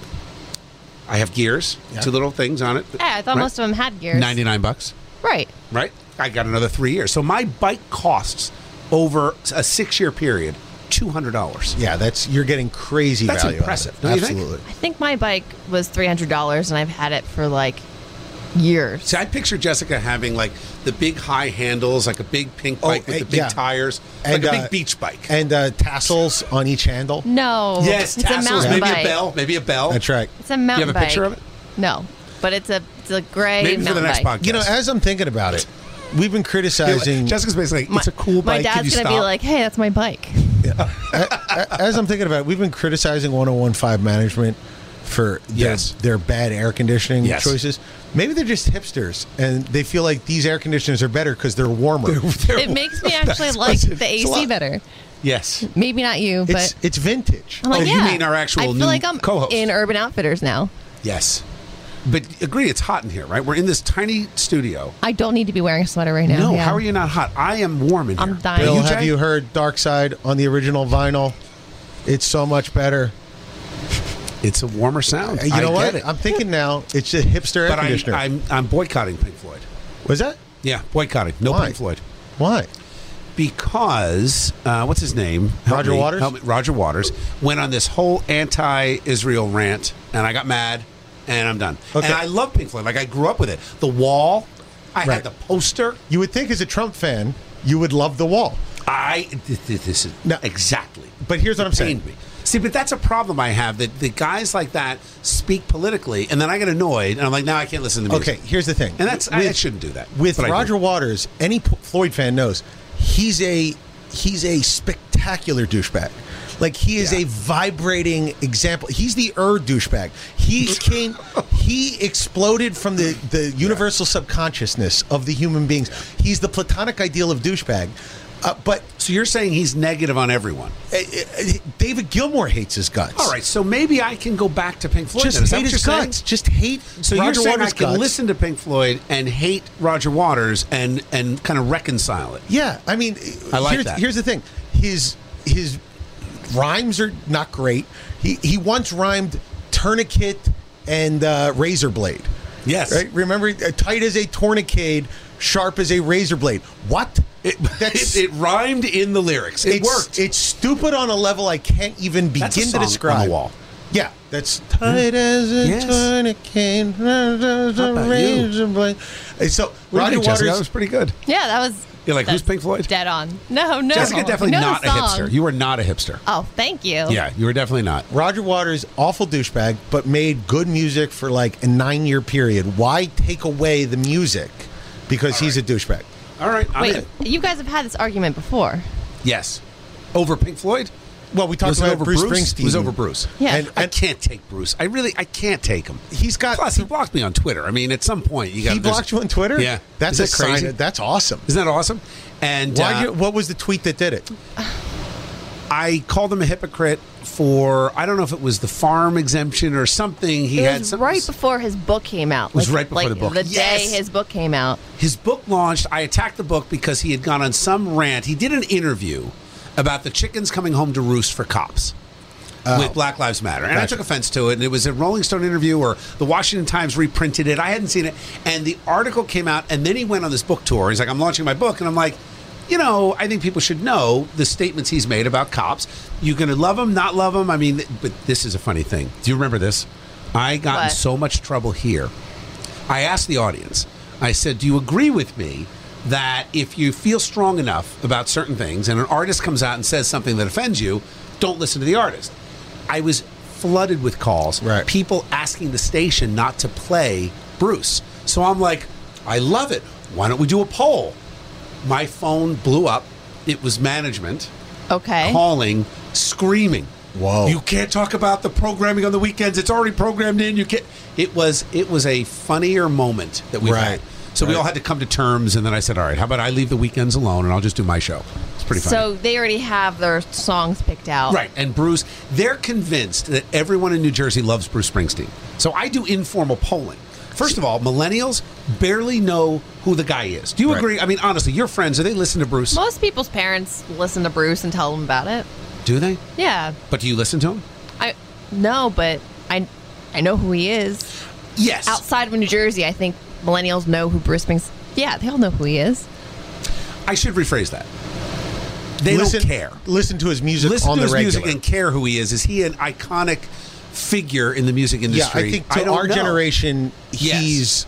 Speaker 5: I have gears, two little things on it.
Speaker 8: Yeah, I thought most of them had gears.
Speaker 5: ninety nine bucks.
Speaker 8: Right.
Speaker 5: Right. I got another three years. So my bike costs over a six year period two hundred dollars.
Speaker 6: yeah, that's you're getting crazy
Speaker 5: That's
Speaker 6: value. out of
Speaker 5: impressive,
Speaker 6: it.
Speaker 5: don't you think?
Speaker 6: Absolutely.
Speaker 8: I think my bike was three hundred dollars, and I've had it for like years.
Speaker 5: See, I picture Jessica having like the big high handles, like a big pink
Speaker 6: Oh,
Speaker 5: bike with
Speaker 6: eh,
Speaker 5: the big
Speaker 6: yeah.
Speaker 5: tires,
Speaker 6: And,
Speaker 5: like a
Speaker 6: uh,
Speaker 5: big beach bike.
Speaker 6: And uh, tassels on each handle.
Speaker 8: No.
Speaker 5: yes,
Speaker 8: it's a
Speaker 5: tassels,
Speaker 8: mountain
Speaker 5: maybe
Speaker 8: bike.
Speaker 5: a bell, maybe a bell.
Speaker 6: That's right.
Speaker 8: It's a mountain
Speaker 5: have a
Speaker 8: bike.
Speaker 5: picture of it?
Speaker 8: No, but it's a it's a gray
Speaker 5: Maybe for the
Speaker 8: mountain
Speaker 5: next
Speaker 8: bike.
Speaker 5: podcast.
Speaker 6: You know, as I'm thinking about it, we've been criticizing.
Speaker 5: Jessica's basically like, it's a
Speaker 8: My
Speaker 5: cool bike. Can
Speaker 8: dad's
Speaker 5: you
Speaker 8: gonna
Speaker 5: stop?
Speaker 8: be like, "Hey, that's my bike."
Speaker 6: as I'm thinking about it, we've been criticizing 1015 management for their,
Speaker 5: Yes.
Speaker 6: their bad air conditioning
Speaker 5: Yes.
Speaker 6: choices. Maybe they're just hipsters and they feel like these air conditioners are better because they're warmer.
Speaker 8: It makes me actually like the AC better.
Speaker 5: yes.
Speaker 8: Maybe not you, but
Speaker 6: it's, it's vintage.
Speaker 8: I'm like,
Speaker 5: Oh, you
Speaker 8: yeah.
Speaker 5: mean our actual
Speaker 8: I feel
Speaker 5: new
Speaker 8: like I'm
Speaker 5: co-host.
Speaker 8: in Urban Outfitters now.
Speaker 5: Yes. But agree, it's hot in here, right? We're in this tiny studio.
Speaker 8: I don't need to be wearing a sweater right now.
Speaker 5: No,
Speaker 8: yeah.
Speaker 5: how are you not hot? I am warm in here.
Speaker 8: I'm dying.
Speaker 6: Bill,
Speaker 8: You,
Speaker 6: have
Speaker 5: Jay?
Speaker 6: you heard Dark Side on the original vinyl? It's so much better.
Speaker 5: It's a warmer sound.
Speaker 6: Uh, You
Speaker 5: I
Speaker 6: know
Speaker 5: get
Speaker 6: what?
Speaker 5: it.
Speaker 6: I'm thinking now it's a hipster air
Speaker 5: but I,
Speaker 6: conditioner.
Speaker 5: I'm I'm boycotting Pink Floyd.
Speaker 6: Was that?
Speaker 5: Yeah, boycotting. No
Speaker 6: Why?
Speaker 5: Pink Floyd.
Speaker 6: Why?
Speaker 5: because uh, what's his name?
Speaker 6: Roger Waters?
Speaker 5: help Roger Waters went on this whole anti-Israel rant, and I got mad, and I'm done.
Speaker 6: Okay.
Speaker 5: And I love Pink Floyd. Like I grew up with it. The Wall. I
Speaker 6: Right.
Speaker 5: had the poster.
Speaker 6: You would think as a Trump fan, you would love the wall.
Speaker 5: I th- th- this is
Speaker 6: No.
Speaker 5: exactly.
Speaker 6: But here's what I'm saying.
Speaker 5: Pained me. See, but that's a problem I have that the guys like that speak politically, and then I get annoyed, and I'm like, now I can't listen to music.
Speaker 6: Okay, here's the thing.
Speaker 5: and that's I, I shouldn't do that
Speaker 6: With
Speaker 5: but I do.
Speaker 6: Roger Waters, any P- Floyd fan knows he's a he's a spectacular douchebag. Like he is
Speaker 5: Yeah.
Speaker 6: a vibrating example. He's the er douchebag. He came he exploded from the the universal subconsciousness of the human beings. He's the platonic ideal of douchebag. Uh, but
Speaker 5: So you're saying he's negative on everyone?
Speaker 6: uh, uh, David Gilmour hates his guts.
Speaker 5: All right, so maybe I can go back to Pink Floyd.
Speaker 6: Just
Speaker 5: then. Is that
Speaker 6: hate
Speaker 5: what
Speaker 6: his
Speaker 5: you're saying?
Speaker 6: guts. Just hate
Speaker 5: So you're
Speaker 6: Roger
Speaker 5: saying
Speaker 6: Waters'
Speaker 5: I can
Speaker 6: guts.
Speaker 5: listen to Pink Floyd and hate Roger Waters and and kind of reconcile it?
Speaker 6: Yeah, I mean,
Speaker 5: I like
Speaker 6: here's,
Speaker 5: that.
Speaker 6: here's the thing: his his rhymes are not great. He he once rhymed tourniquet and uh, razor blade.
Speaker 5: Yes.
Speaker 6: right. Remember, uh, tight as a tourniquet, sharp as a razor blade. What?
Speaker 5: It, it, it rhymed in the lyrics. It
Speaker 6: it's-
Speaker 5: worked.
Speaker 6: It's stupid on a level I can't even begin
Speaker 5: That's a
Speaker 6: to
Speaker 5: song on the
Speaker 6: describe.
Speaker 5: wall.
Speaker 6: Yeah, that's tight as a
Speaker 5: Yes.
Speaker 6: tourniquet, as a
Speaker 5: about you?
Speaker 6: razor blade. And So
Speaker 5: What do
Speaker 6: Roger
Speaker 5: you think, Jessica? that
Speaker 6: Waters.
Speaker 5: was pretty good.
Speaker 8: Yeah, that was.
Speaker 5: You're like, who's
Speaker 8: that's
Speaker 5: Pink Floyd?
Speaker 8: Dead on. No, no.
Speaker 5: Jessica definitely
Speaker 8: No
Speaker 5: not
Speaker 8: song.
Speaker 5: a hipster. You were not a hipster.
Speaker 8: Oh, thank you.
Speaker 5: Yeah, you were definitely not.
Speaker 6: Roger Waters, awful douchebag, but made good music for like a nine year period. Why take away the music because he's a douchebag?
Speaker 5: All right, I'm
Speaker 8: Wait,
Speaker 5: in.
Speaker 8: you guys have had this argument before.
Speaker 5: Yes, over Pink Floyd.
Speaker 6: Well, we talked
Speaker 5: was it
Speaker 6: about
Speaker 5: over
Speaker 6: Bruce,
Speaker 5: Bruce?
Speaker 6: Springsteen.
Speaker 5: It was over Bruce.
Speaker 8: Yeah.
Speaker 6: And,
Speaker 5: I
Speaker 6: and
Speaker 5: can't take Bruce. I really, I can't take him.
Speaker 6: He's got-
Speaker 5: Plus, he blocked me on Twitter. I mean, at some point, you got.
Speaker 6: he blocked you on Twitter?
Speaker 5: Yeah,
Speaker 6: That's
Speaker 5: Isn't
Speaker 6: a
Speaker 5: that
Speaker 6: crazy. Sign, that's awesome.
Speaker 5: Isn't that awesome? And
Speaker 6: Why
Speaker 5: uh,
Speaker 6: you, what was the tweet that did it?
Speaker 5: I called him a hypocrite for I don't know if it was the farm exemption or something. He
Speaker 8: It
Speaker 5: had
Speaker 8: was
Speaker 5: some,
Speaker 8: right before his book came out.
Speaker 5: was right before
Speaker 8: like
Speaker 5: the book.
Speaker 8: The
Speaker 5: Yes.
Speaker 8: day his book came out.
Speaker 5: his book launched. I attacked the book because he had gone on some rant. He did an interview about the chickens coming home to roost for cops. With Black Lives Matter. And I
Speaker 6: Gotcha.
Speaker 5: took offense to it. And it was a Rolling Stone interview or the Washington Times reprinted it. I hadn't seen it. And the article came out. And then he went on this book tour. He's like, I'm launching my book. And I'm like, you know, I think people should know the statements he's made about cops. You're going to love them, not love them. I mean, th- but this is a funny thing. Do you remember this? I got in
Speaker 8: What?
Speaker 5: so much trouble here. I asked the audience, I said, Do you agree with me that if you feel strong enough about certain things and an artist comes out and says something that offends you, don't listen to the artist? I was flooded with calls,
Speaker 6: Right.
Speaker 5: people asking the station not to play Bruce. So I'm like, I love it. Why don't we do a poll? My phone blew up. It was management
Speaker 4: Eh?
Speaker 8: Okay.
Speaker 5: calling, screaming.
Speaker 6: Whoa.
Speaker 5: You can't talk about the programming on the weekends. It's already programmed in. You can't. It was it was a funnier moment that we
Speaker 6: Right.
Speaker 5: had. So we all had to come to terms, and then I said, "All right, how about I leave the weekends alone and I'll just do my show." It's pretty funny.
Speaker 8: So they already have their songs picked out.
Speaker 5: Right. And Bruce, they're convinced that everyone in New Jersey loves Bruce Springsteen. So I do informal polling. First of all, millennials barely know who the guy is. Do you
Speaker 6: Right.
Speaker 5: agree? I mean, honestly, your friends, do they listen to Bruce?
Speaker 8: Most people's parents listen to Bruce and tell them about it.
Speaker 5: Do they?
Speaker 8: Yeah.
Speaker 5: But do you listen to him?
Speaker 8: I no, but I I know who he is.
Speaker 5: Yes.
Speaker 8: Outside of New Jersey, I think millennials know who Bruce Springs. Yeah, they all know who he is.
Speaker 5: I should rephrase that. They
Speaker 6: listen,
Speaker 5: don't care.
Speaker 6: Listen to his music
Speaker 5: Listen
Speaker 6: on
Speaker 5: to
Speaker 6: the
Speaker 5: his
Speaker 6: regular.
Speaker 5: music and care who he is. Is he an iconic figure in the music
Speaker 6: yeah,
Speaker 5: industry?
Speaker 6: I think to
Speaker 5: don't
Speaker 6: our
Speaker 5: know.
Speaker 6: generation,
Speaker 5: Yes.
Speaker 6: he's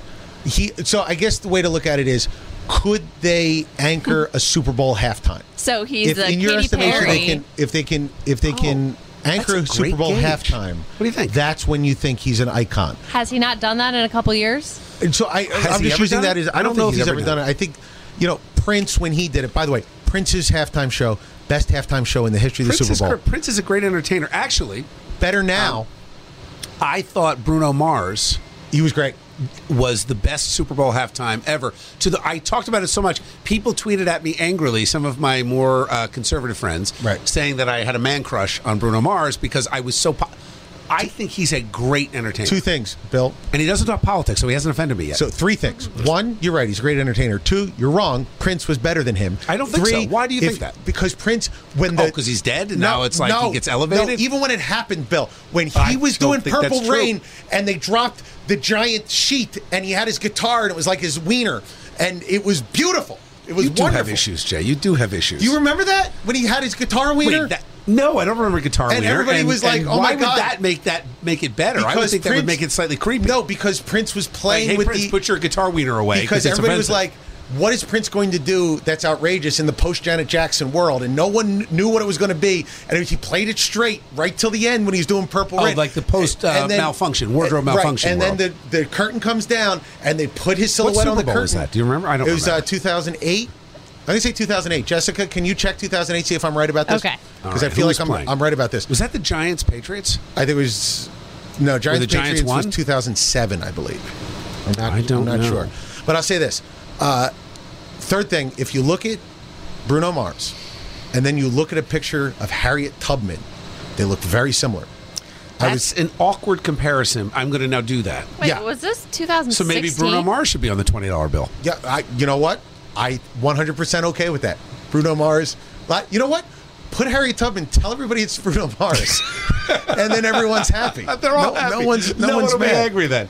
Speaker 6: he. So I guess the way to look at it is, could they anchor a Super Bowl halftime?
Speaker 4: So he's
Speaker 6: if
Speaker 4: a
Speaker 6: in your
Speaker 4: Katy
Speaker 6: estimation
Speaker 4: Perry.
Speaker 6: they can, if they can, if they can anchor a
Speaker 5: Oh, that's a
Speaker 6: Super
Speaker 5: great
Speaker 6: Bowl
Speaker 5: gauge.
Speaker 6: halftime,
Speaker 5: What do you think?
Speaker 6: That's when you think he's an icon.
Speaker 4: Has he not done that in a couple years?
Speaker 6: And so I, I'm
Speaker 5: he
Speaker 6: just
Speaker 5: ever
Speaker 6: using
Speaker 5: done
Speaker 6: that
Speaker 5: it?
Speaker 6: as I
Speaker 5: I
Speaker 6: don't,
Speaker 5: don't
Speaker 6: know if
Speaker 5: think
Speaker 6: he's ever done it. I think, you know, Prince when he did it. By the way, Prince's halftime show, best halftime show in the history of the
Speaker 5: Prince
Speaker 6: Super
Speaker 5: is,
Speaker 6: Bowl.
Speaker 5: gr- Prince is a great entertainer. Actually,
Speaker 6: Better now.
Speaker 5: I thought Bruno Mars
Speaker 6: he was great.
Speaker 5: was the best Super Bowl halftime ever. To the, I talked about it so much. People tweeted at me angrily. Some of my more uh, conservative friends,
Speaker 6: Right.
Speaker 5: saying that I had a man crush on Bruno Mars because I was so. Po- I think he's a great entertainer,
Speaker 6: Two things, Bill.
Speaker 5: and he doesn't talk politics, so he hasn't offended me yet.
Speaker 6: So three things. One, you're right. He's a great entertainer. Two, you're wrong. Prince was better than him.
Speaker 5: I don't think
Speaker 6: Three,
Speaker 5: so. Why do you
Speaker 6: if-
Speaker 5: think that?
Speaker 6: Because Prince, when
Speaker 5: Oh,
Speaker 6: the
Speaker 5: 'cause he's dead and now it's like he gets
Speaker 6: No,
Speaker 5: elevated?
Speaker 6: even when it happened, Bill, when he
Speaker 5: I
Speaker 6: was
Speaker 5: don't
Speaker 6: doing
Speaker 5: think that's
Speaker 6: Purple
Speaker 5: true.
Speaker 6: Rain and they dropped the giant sheet and he had his guitar and it was like his wiener and it was beautiful. It was
Speaker 5: you do
Speaker 6: wonderful.
Speaker 5: have issues, Jay. You do have issues.
Speaker 6: Do you remember that when he had his guitar wiener?
Speaker 5: Wait, that, no, I don't remember guitar.
Speaker 6: And
Speaker 5: Wiener,
Speaker 6: everybody was like,
Speaker 5: and
Speaker 6: "Oh
Speaker 5: why
Speaker 6: my God."
Speaker 5: would that make that make it better?" I would
Speaker 6: Because
Speaker 5: think that would
Speaker 6: Prince-
Speaker 5: make it slightly creepy.
Speaker 6: No, because Prince was
Speaker 5: like,
Speaker 6: playing
Speaker 5: hey,
Speaker 6: with
Speaker 5: Prince,
Speaker 6: the
Speaker 5: put your guitar wiener away
Speaker 6: because
Speaker 5: it's
Speaker 6: everybody was
Speaker 5: offensive.
Speaker 6: like, "What is Prince going to do that's outrageous in the post Janet Jackson world?" And no one knew what it was going to be. And he played it straight right till the end when he was doing Purple
Speaker 5: Oh,
Speaker 6: Rain,
Speaker 5: like the post, uh, malfunction, wardrobe
Speaker 6: right,
Speaker 5: malfunction
Speaker 6: And
Speaker 5: world.
Speaker 6: then the, the curtain comes down, and they put his silhouette
Speaker 5: Super
Speaker 6: on the
Speaker 5: Bowl
Speaker 6: curtain.
Speaker 5: was that? Do you remember? I don't
Speaker 6: It was uh,
Speaker 5: remember.
Speaker 6: 2008. I think say 2008. Jessica, can you check 2008? See if I'm right about this.
Speaker 4: Okay.
Speaker 5: All
Speaker 6: Because
Speaker 5: right,
Speaker 6: I
Speaker 5: who
Speaker 6: feel
Speaker 5: was
Speaker 6: like I'm,
Speaker 5: playing?
Speaker 6: I'm right about this.
Speaker 5: "Was that the Giants Patriots?"
Speaker 6: I think it was no Giants.
Speaker 5: the Giants
Speaker 6: Patriots was
Speaker 5: won?
Speaker 6: 2007, I believe. I'm not,
Speaker 5: I don't
Speaker 6: am not
Speaker 5: know.
Speaker 6: sure, but I'll say this. Uh, third thing, if you look at Bruno Mars, and then you look at a picture of Harriet Tubman, they look very similar. I
Speaker 5: That's
Speaker 6: was
Speaker 5: an awkward comparison. I'm going to now do that.
Speaker 4: Wait,
Speaker 6: Yeah.
Speaker 4: was this 2016?
Speaker 5: So maybe Bruno Mars should be on the twenty dollar bill.
Speaker 6: yeah. I, you know what? I 100% okay with that. Bruno Mars. li- You know what? Put Harriet Tubman. Tell everybody it's Bruno Mars, and then everyone's happy.
Speaker 5: Uh, They're all
Speaker 6: no,
Speaker 5: happy.
Speaker 6: no one's no, one's
Speaker 5: one will be
Speaker 6: mad.
Speaker 5: angry then.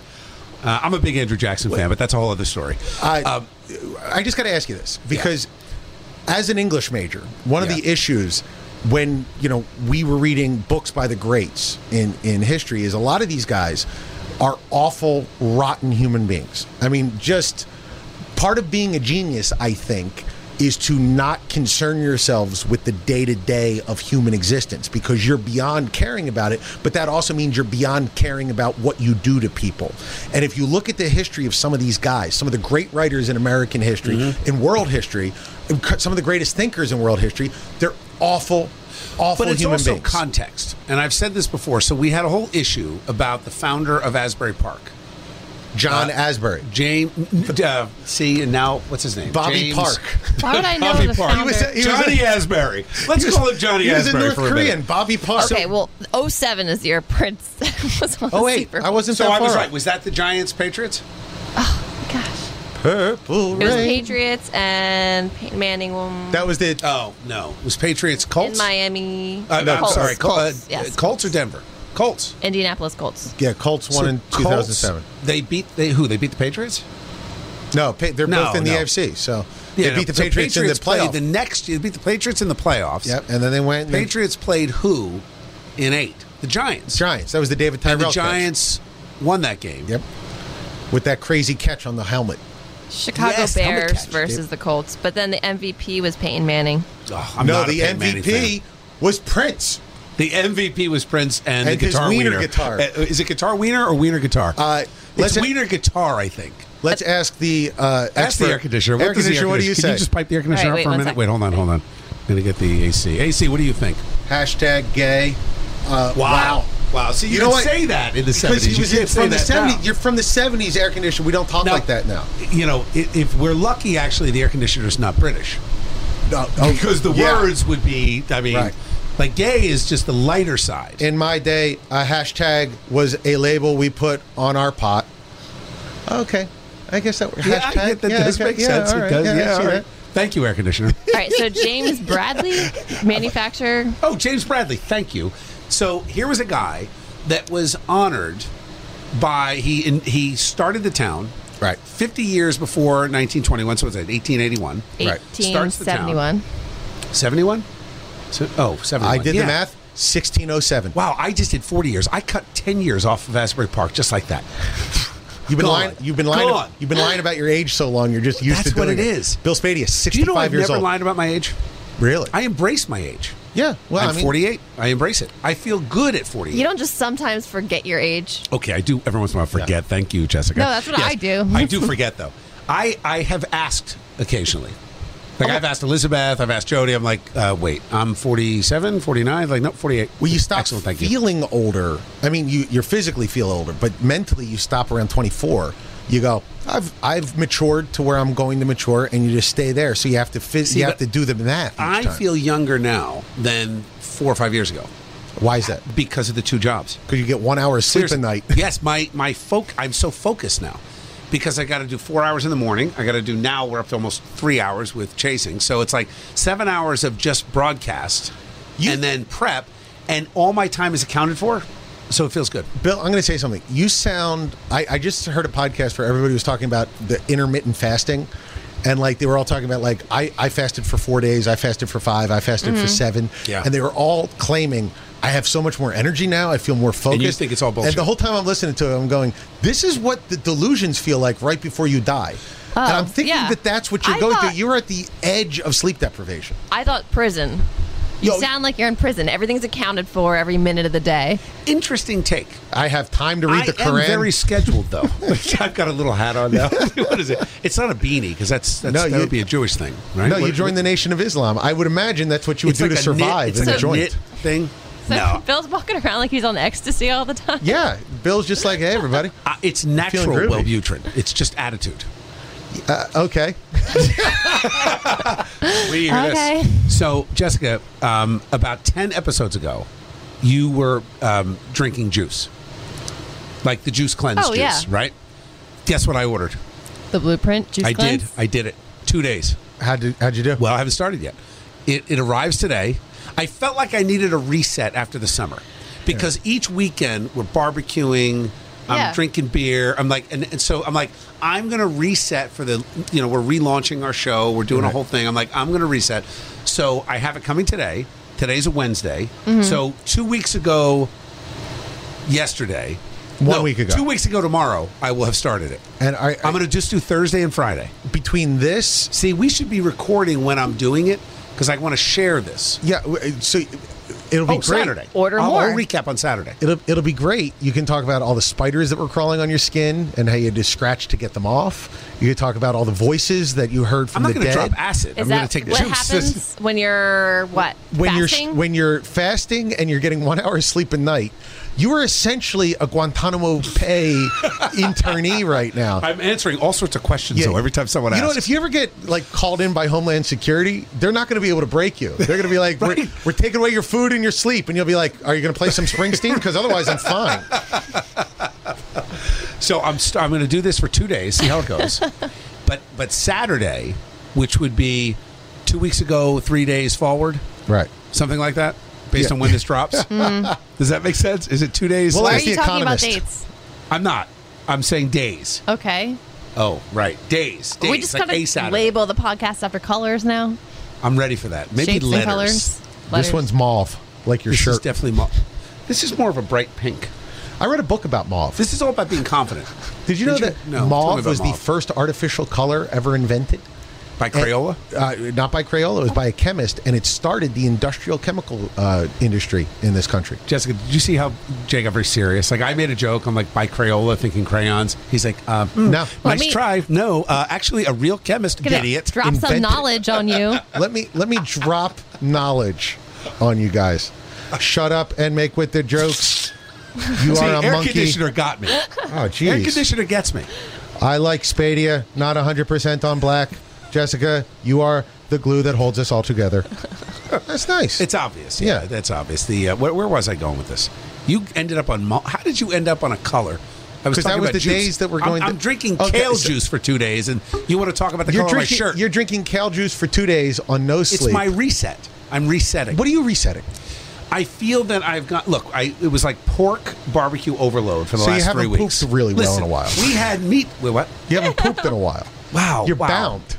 Speaker 5: Uh, I'm a big Andrew Jackson fan, but that's a whole other story.
Speaker 6: I,
Speaker 5: Um,
Speaker 6: Uh, I just got to ask you this because, as an English major, one
Speaker 5: Yeah.
Speaker 6: of the issues when you know we were reading books by the greats in in history is a lot of these guys are awful, rotten human beings. I mean, just part of being a genius, I think, is to not concern yourselves with the day to day of human existence because you're beyond caring about it. But that also means you're beyond caring about what you do to people. And if you look at the history of some of these guys, some of the great writers in American history, in world history, and cu- some of the greatest thinkers in world history, they're awful, awful
Speaker 5: but it's
Speaker 6: human
Speaker 5: also
Speaker 6: beings.
Speaker 5: context, and I've said this before. So we had a whole issue about the founder of Asbury Park. uh,
Speaker 6: John Asbury.
Speaker 5: James, uh, see, and now what's his name?
Speaker 6: Bobby
Speaker 5: James-
Speaker 6: Park.
Speaker 8: Why would I know
Speaker 5: Bobby
Speaker 8: the
Speaker 5: Park.
Speaker 8: founder?
Speaker 5: He was- Johnny Asbury. Let's
Speaker 6: he was-
Speaker 5: call him Johnny
Speaker 6: he was a
Speaker 5: Asbury
Speaker 6: North
Speaker 5: for a
Speaker 6: Korean.
Speaker 5: minute.
Speaker 6: Bobby Park.
Speaker 8: okay, well, 07 is the year Prince was on
Speaker 6: oh
Speaker 8: the
Speaker 6: wait,
Speaker 8: Super
Speaker 6: I wasn't
Speaker 5: So
Speaker 6: that
Speaker 5: I was
Speaker 6: far
Speaker 5: right.
Speaker 6: off.
Speaker 5: Was that the Giants Patriots?
Speaker 8: Gosh,
Speaker 6: Purple
Speaker 8: it was
Speaker 6: Rain.
Speaker 8: Patriots and Peyton Manning um,
Speaker 6: That was the
Speaker 5: Oh no, it was Patriots
Speaker 8: in
Speaker 5: Colts?
Speaker 8: Miami.
Speaker 5: Uh, no,
Speaker 8: Colts,
Speaker 5: I'm sorry, Col-
Speaker 8: Colts,
Speaker 5: uh,
Speaker 8: yes.
Speaker 5: Colts or Denver? Colts.
Speaker 8: Indianapolis Colts.
Speaker 6: yeah Colts won
Speaker 5: So
Speaker 6: in
Speaker 5: Colts,
Speaker 6: 2007.
Speaker 5: They beat they who? They beat the Patriots.
Speaker 6: No, pa- they're
Speaker 5: No,
Speaker 6: both in the
Speaker 5: no.
Speaker 6: AFC. So
Speaker 5: Yeah,
Speaker 6: they
Speaker 5: no,
Speaker 6: beat the
Speaker 5: so
Speaker 6: Patriots,
Speaker 5: played
Speaker 6: in the playoff.
Speaker 5: The next year, they beat the Patriots in the playoffs.
Speaker 6: yep, and then they went and they-
Speaker 5: Patriots played who in eight? The Giants.
Speaker 6: Giants. That was the David
Speaker 5: And
Speaker 6: Tyrell.
Speaker 5: the
Speaker 6: catch.
Speaker 5: Giants won that game.
Speaker 6: Yep. With that crazy catch on the helmet.
Speaker 8: Chicago
Speaker 5: Yes, how many
Speaker 8: Bears
Speaker 5: catches,
Speaker 8: versus the Colts, but then the MVP was Peyton Manning.
Speaker 5: Ugh, I'm
Speaker 6: no,
Speaker 5: not a
Speaker 6: the
Speaker 5: Peyton Manning
Speaker 6: MVP
Speaker 5: fan.
Speaker 6: was Prince.
Speaker 5: The MVP was Prince and,
Speaker 6: And
Speaker 5: the
Speaker 6: his
Speaker 5: guitar
Speaker 6: wiener
Speaker 5: wiener.
Speaker 6: guitar.
Speaker 5: Uh, is it guitar wiener or wiener guitar?
Speaker 6: Uh,
Speaker 5: it's
Speaker 6: listen-
Speaker 5: wiener guitar, I think.
Speaker 6: Let's ask the uh,
Speaker 5: That's
Speaker 6: expert.
Speaker 5: the air conditioner. What
Speaker 6: air
Speaker 5: does the
Speaker 6: conditioner,
Speaker 5: air
Speaker 6: what do you
Speaker 5: conditioner-
Speaker 6: say?
Speaker 5: Can you just pipe the air conditioner
Speaker 8: All right,
Speaker 5: up for
Speaker 8: wait, one
Speaker 5: a minute?
Speaker 8: sec.
Speaker 5: Wait, hold on, hold on. I'm gonna get the AC. AC, what do you think?
Speaker 6: Hashtag gay. Uh,
Speaker 5: wow. So you,
Speaker 6: You know
Speaker 5: don't
Speaker 6: what?
Speaker 5: say that in the
Speaker 6: Because
Speaker 5: seventies.
Speaker 6: he was
Speaker 5: you
Speaker 6: in,
Speaker 5: can't say
Speaker 6: from the
Speaker 5: that
Speaker 6: 70s.
Speaker 5: now.
Speaker 6: You're from the 70s air conditioner. We don't talk like that now.
Speaker 5: You know, i- if we're lucky, actually, the air conditioner's not British
Speaker 6: No,
Speaker 5: because the
Speaker 6: yeah.
Speaker 5: words would be. I mean,
Speaker 6: Right.
Speaker 5: like gay is just the lighter side.
Speaker 6: in my day, a hashtag was a label we put on our pot. Okay. I guess that works.
Speaker 5: Yeah, I get that does make sense. it does. Yeah, all right. Thank you, air conditioner.
Speaker 8: All right, so James Bradley, manufacturer.
Speaker 5: Oh, James Bradley, thank you. So here was a guy that was honored by he in, he started the town
Speaker 6: Right.
Speaker 5: 50 years before 1921. So it's at 1881.
Speaker 6: Right.
Speaker 5: Starts the town.
Speaker 8: 1871.
Speaker 5: 71. So, oh, 71.
Speaker 6: I did
Speaker 5: Yeah.
Speaker 6: the math. 1607.
Speaker 5: Wow, I just did 40 years. I cut 10 years off of Asbury Park just like that.
Speaker 6: You've been
Speaker 5: Gone.
Speaker 6: lying. You've been lying.
Speaker 5: Gone.
Speaker 6: You've been lying about your age so long. You're just used
Speaker 5: That's
Speaker 6: to doing
Speaker 5: what it
Speaker 6: it
Speaker 5: is.
Speaker 6: Bill
Speaker 5: Do
Speaker 6: Spadia, 65
Speaker 5: you know I've
Speaker 6: years
Speaker 5: never
Speaker 6: old.
Speaker 5: lied about my age?
Speaker 6: Really?
Speaker 5: I embrace my age.
Speaker 6: yeah. Well,
Speaker 5: I'm
Speaker 6: I mean,
Speaker 5: 48. I embrace it. I feel good at 48.
Speaker 8: You don't just sometimes forget your age.
Speaker 5: Okay, I do every once in a while forget. Thank you, Jessica.
Speaker 8: No, that's what I do.
Speaker 5: I do forget though. I I have asked occasionally. Like I've asked Elizabeth, I've asked Jody. I'm like, uh, wait, I'm 47, 49, like no, 48.
Speaker 6: Well, you stop
Speaker 5: Excellent, thank you.
Speaker 6: feeling older. I mean, you you physically feel older, but mentally you stop around 24. You go, I've I've matured to where I'm going to mature, and you just stay there. So you have to phys-
Speaker 5: See,
Speaker 6: you
Speaker 5: but
Speaker 6: have to do the math. each
Speaker 5: I
Speaker 6: time.
Speaker 5: feel younger now than four or five years ago
Speaker 6: Why is that?
Speaker 5: because of the two jobs.
Speaker 6: Because you get one hour of sleep a
Speaker 5: Seriously.
Speaker 6: night.
Speaker 5: yes, my my folk. I'm so focused now because I got to do four hours in the morning. I got to do now. We're up to almost three hours with chasing. So it's like seven hours of just broadcast
Speaker 6: You-
Speaker 5: and then prep, and all my time is accounted for. So it feels good.
Speaker 6: Bill, I'm going to say something. You sound. I, I just heard a podcast where everybody was talking about the intermittent fasting, and like they were all talking about like I, I fasted for four days, I fasted for five, I fasted for seven,
Speaker 5: Yeah.
Speaker 6: and they were all claiming I have so much more energy now, I feel more focused.
Speaker 5: think it's all bullshit.
Speaker 6: And the whole time I'm listening to it, I'm going, this is what the delusions feel like right before you die. and I'm thinking
Speaker 8: yeah.
Speaker 6: that that's what you're
Speaker 8: I
Speaker 6: going
Speaker 8: thought-
Speaker 6: through. You're at the edge of sleep deprivation.
Speaker 8: I thought prison. You
Speaker 6: Yo-
Speaker 8: sound like you're in prison. Everything's accounted for every minute of the day.
Speaker 5: Interesting take.
Speaker 6: I have time to read
Speaker 5: I
Speaker 6: the Quran.
Speaker 5: am very scheduled though. I've got a little hat on now. what is it? It's not a beanie because that's, that's
Speaker 6: No,
Speaker 5: that
Speaker 6: you-
Speaker 5: would be a Jewish thing, right?
Speaker 6: no, you
Speaker 5: What-
Speaker 6: joined the Nation of Islam. I would imagine that's what you would
Speaker 5: it's
Speaker 6: do
Speaker 5: like
Speaker 6: to
Speaker 5: a knit-
Speaker 6: survive
Speaker 5: it's
Speaker 6: in
Speaker 5: like
Speaker 6: the
Speaker 5: a
Speaker 6: joint.
Speaker 5: knit thing.
Speaker 8: So
Speaker 5: no,
Speaker 8: Bill's walking around like he's on ecstasy all the time.
Speaker 6: Yeah, Bill's just like, hey, everybody.
Speaker 5: Uh, it's natural
Speaker 6: groovy.
Speaker 5: Wellbutrin. It's just attitude.
Speaker 6: Uh, okay.
Speaker 5: We hear this.
Speaker 8: Okay.
Speaker 5: So, Jessica, um, about 10 episodes ago, you were um, drinking juice, like the juice cleanse
Speaker 8: Oh,
Speaker 5: juice,
Speaker 8: yeah.
Speaker 5: right? Guess what I ordered?
Speaker 8: The blueprint juice
Speaker 5: I
Speaker 8: cleanse.
Speaker 5: did. I did it. Two days.
Speaker 6: How did how'd you do?
Speaker 5: Well, I haven't started yet. It, it arrives today. I felt like I needed a reset after the summer because each weekend we're barbecuing. I'm
Speaker 8: Yeah.
Speaker 5: drinking beer. I'm like, and, and so I'm like, I'm gonna reset for the, you know, we're relaunching our show. We're doing a whole thing. I'm like, I'm gonna reset. So I have it coming today. Today's a Wednesday.
Speaker 6: Mm-hmm.
Speaker 5: So two weeks ago, yesterday,
Speaker 6: One week ago.
Speaker 5: two weeks ago tomorrow, I will have started it.
Speaker 6: and I,
Speaker 5: I'm gonna just do Thursday and Friday.
Speaker 6: between this,
Speaker 5: See, we should be recording when I'm doing it because I want to share this.
Speaker 6: yeah. w- So it'll be
Speaker 5: Oh,
Speaker 6: great.
Speaker 5: Saturday.
Speaker 8: Order
Speaker 5: I'll, I'll
Speaker 8: more.
Speaker 5: recap on Saturday.
Speaker 6: It'll it'll be great. You can talk about all the spiders that were crawling on your skin and how you had to scratch to get them off. You can talk about all the voices that you heard
Speaker 5: I'm
Speaker 6: from
Speaker 5: not
Speaker 6: the
Speaker 5: going to
Speaker 6: dead.
Speaker 5: drop acid.
Speaker 8: Is
Speaker 5: I'm going
Speaker 8: that
Speaker 5: to take the
Speaker 8: what
Speaker 5: juice. This-
Speaker 8: happens when you're what
Speaker 6: when
Speaker 8: fasting?
Speaker 6: you're when you're fasting and you're getting one hour of sleep a night, you are essentially a Guantanamo Bay internee right now.
Speaker 5: I'm answering all sorts of questions, though, every time someone
Speaker 6: you
Speaker 5: asks.
Speaker 6: know what? If you ever get like called in by Homeland Security, they're not going to be able to break you. They're going to be like, we're, "We're taking away your food and your sleep," and you'll be like, "Are you going to play some Springsteen? Because otherwise, I'm fine."
Speaker 5: so I'm, st- I'm going to do this for two days, see how it goes. but, but Saturday, which would be two weeks ago, three days forward,
Speaker 6: Right.
Speaker 5: something like that, based
Speaker 6: Yeah. Mm-hmm.
Speaker 5: on when this drops. Does that make sense? Is it two days?
Speaker 6: Well,
Speaker 8: Why are
Speaker 6: ask
Speaker 8: you
Speaker 6: the
Speaker 8: talking about dates?
Speaker 6: economist.
Speaker 5: I'm not. I'm saying days.
Speaker 8: Okay.
Speaker 5: Oh, right. Days. Days.
Speaker 8: we just
Speaker 5: like
Speaker 8: gotta
Speaker 5: a Saturday.
Speaker 8: label the podcast after colors now.
Speaker 5: I'm ready for that. Maybe
Speaker 8: Shapes
Speaker 5: letters.
Speaker 8: and colors.
Speaker 6: This
Speaker 8: Letters.
Speaker 6: one's mauve, like your
Speaker 5: This is
Speaker 6: shirt.
Speaker 5: definitely mo- this is more of a bright pink.
Speaker 6: I read a book about mauve.
Speaker 5: This is all about being confident.
Speaker 6: Did you know that
Speaker 5: No, tell me
Speaker 6: mauve
Speaker 5: about
Speaker 6: was the
Speaker 5: mauve.
Speaker 6: first artificial color ever invented?
Speaker 5: by Crayola?
Speaker 6: Uh, not by Crayola, it was by a chemist, and it started the industrial chemical uh, industry in this country.
Speaker 5: Jessica, did you see how Jay got very serious? Like I made a joke. I'm like by Crayola, thinking crayons. He's like, uh, hmm,
Speaker 6: No.
Speaker 8: Let
Speaker 5: nice
Speaker 8: me-
Speaker 5: try. No, uh, actually, a real chemist,
Speaker 8: Gonna
Speaker 5: idiot.
Speaker 8: Drop some
Speaker 6: Invented.
Speaker 8: knowledge on you.
Speaker 6: let me let me drop knowledge on you guys. Shut up and make with the jokes. You
Speaker 5: See,
Speaker 6: are a
Speaker 5: air
Speaker 6: monkey.
Speaker 5: conditioner got me.
Speaker 6: Oh,
Speaker 5: air
Speaker 6: jeez.
Speaker 5: conditioner gets me.
Speaker 6: I like Spadia, not 100% on black. Jessica, you are the glue that holds us all together. That's nice.
Speaker 5: It's obvious. Yeah,
Speaker 6: Yeah.
Speaker 5: that's obvious. The uh, where, where was I going with this? You ended up on. Mauve. How did you end up on a color I was
Speaker 6: 'Cause that
Speaker 5: talking
Speaker 6: was
Speaker 5: about
Speaker 6: the
Speaker 5: juice.
Speaker 6: days that were
Speaker 5: I'm-
Speaker 6: going
Speaker 5: I'm,
Speaker 6: to-
Speaker 5: drinking
Speaker 6: Okay,
Speaker 5: kale
Speaker 6: so-
Speaker 5: juice for two days, and you want to talk about the
Speaker 6: You're
Speaker 5: color
Speaker 6: drinking,
Speaker 5: of my shirt?
Speaker 6: you're drinking kale juice for two days on no
Speaker 5: it's
Speaker 6: sleep.
Speaker 5: my reset. I'm resetting.
Speaker 6: What are you resetting?
Speaker 5: I feel that I've got. Look, I it was like pork barbecue overload for the
Speaker 6: So you
Speaker 5: last
Speaker 6: haven't
Speaker 5: three weeks.
Speaker 6: pooped really well in
Speaker 5: Listen,
Speaker 6: a while.
Speaker 5: We had meat. Wait, what?
Speaker 6: You haven't pooped in a while.
Speaker 5: Wow,
Speaker 6: You're
Speaker 5: wow.
Speaker 6: bound.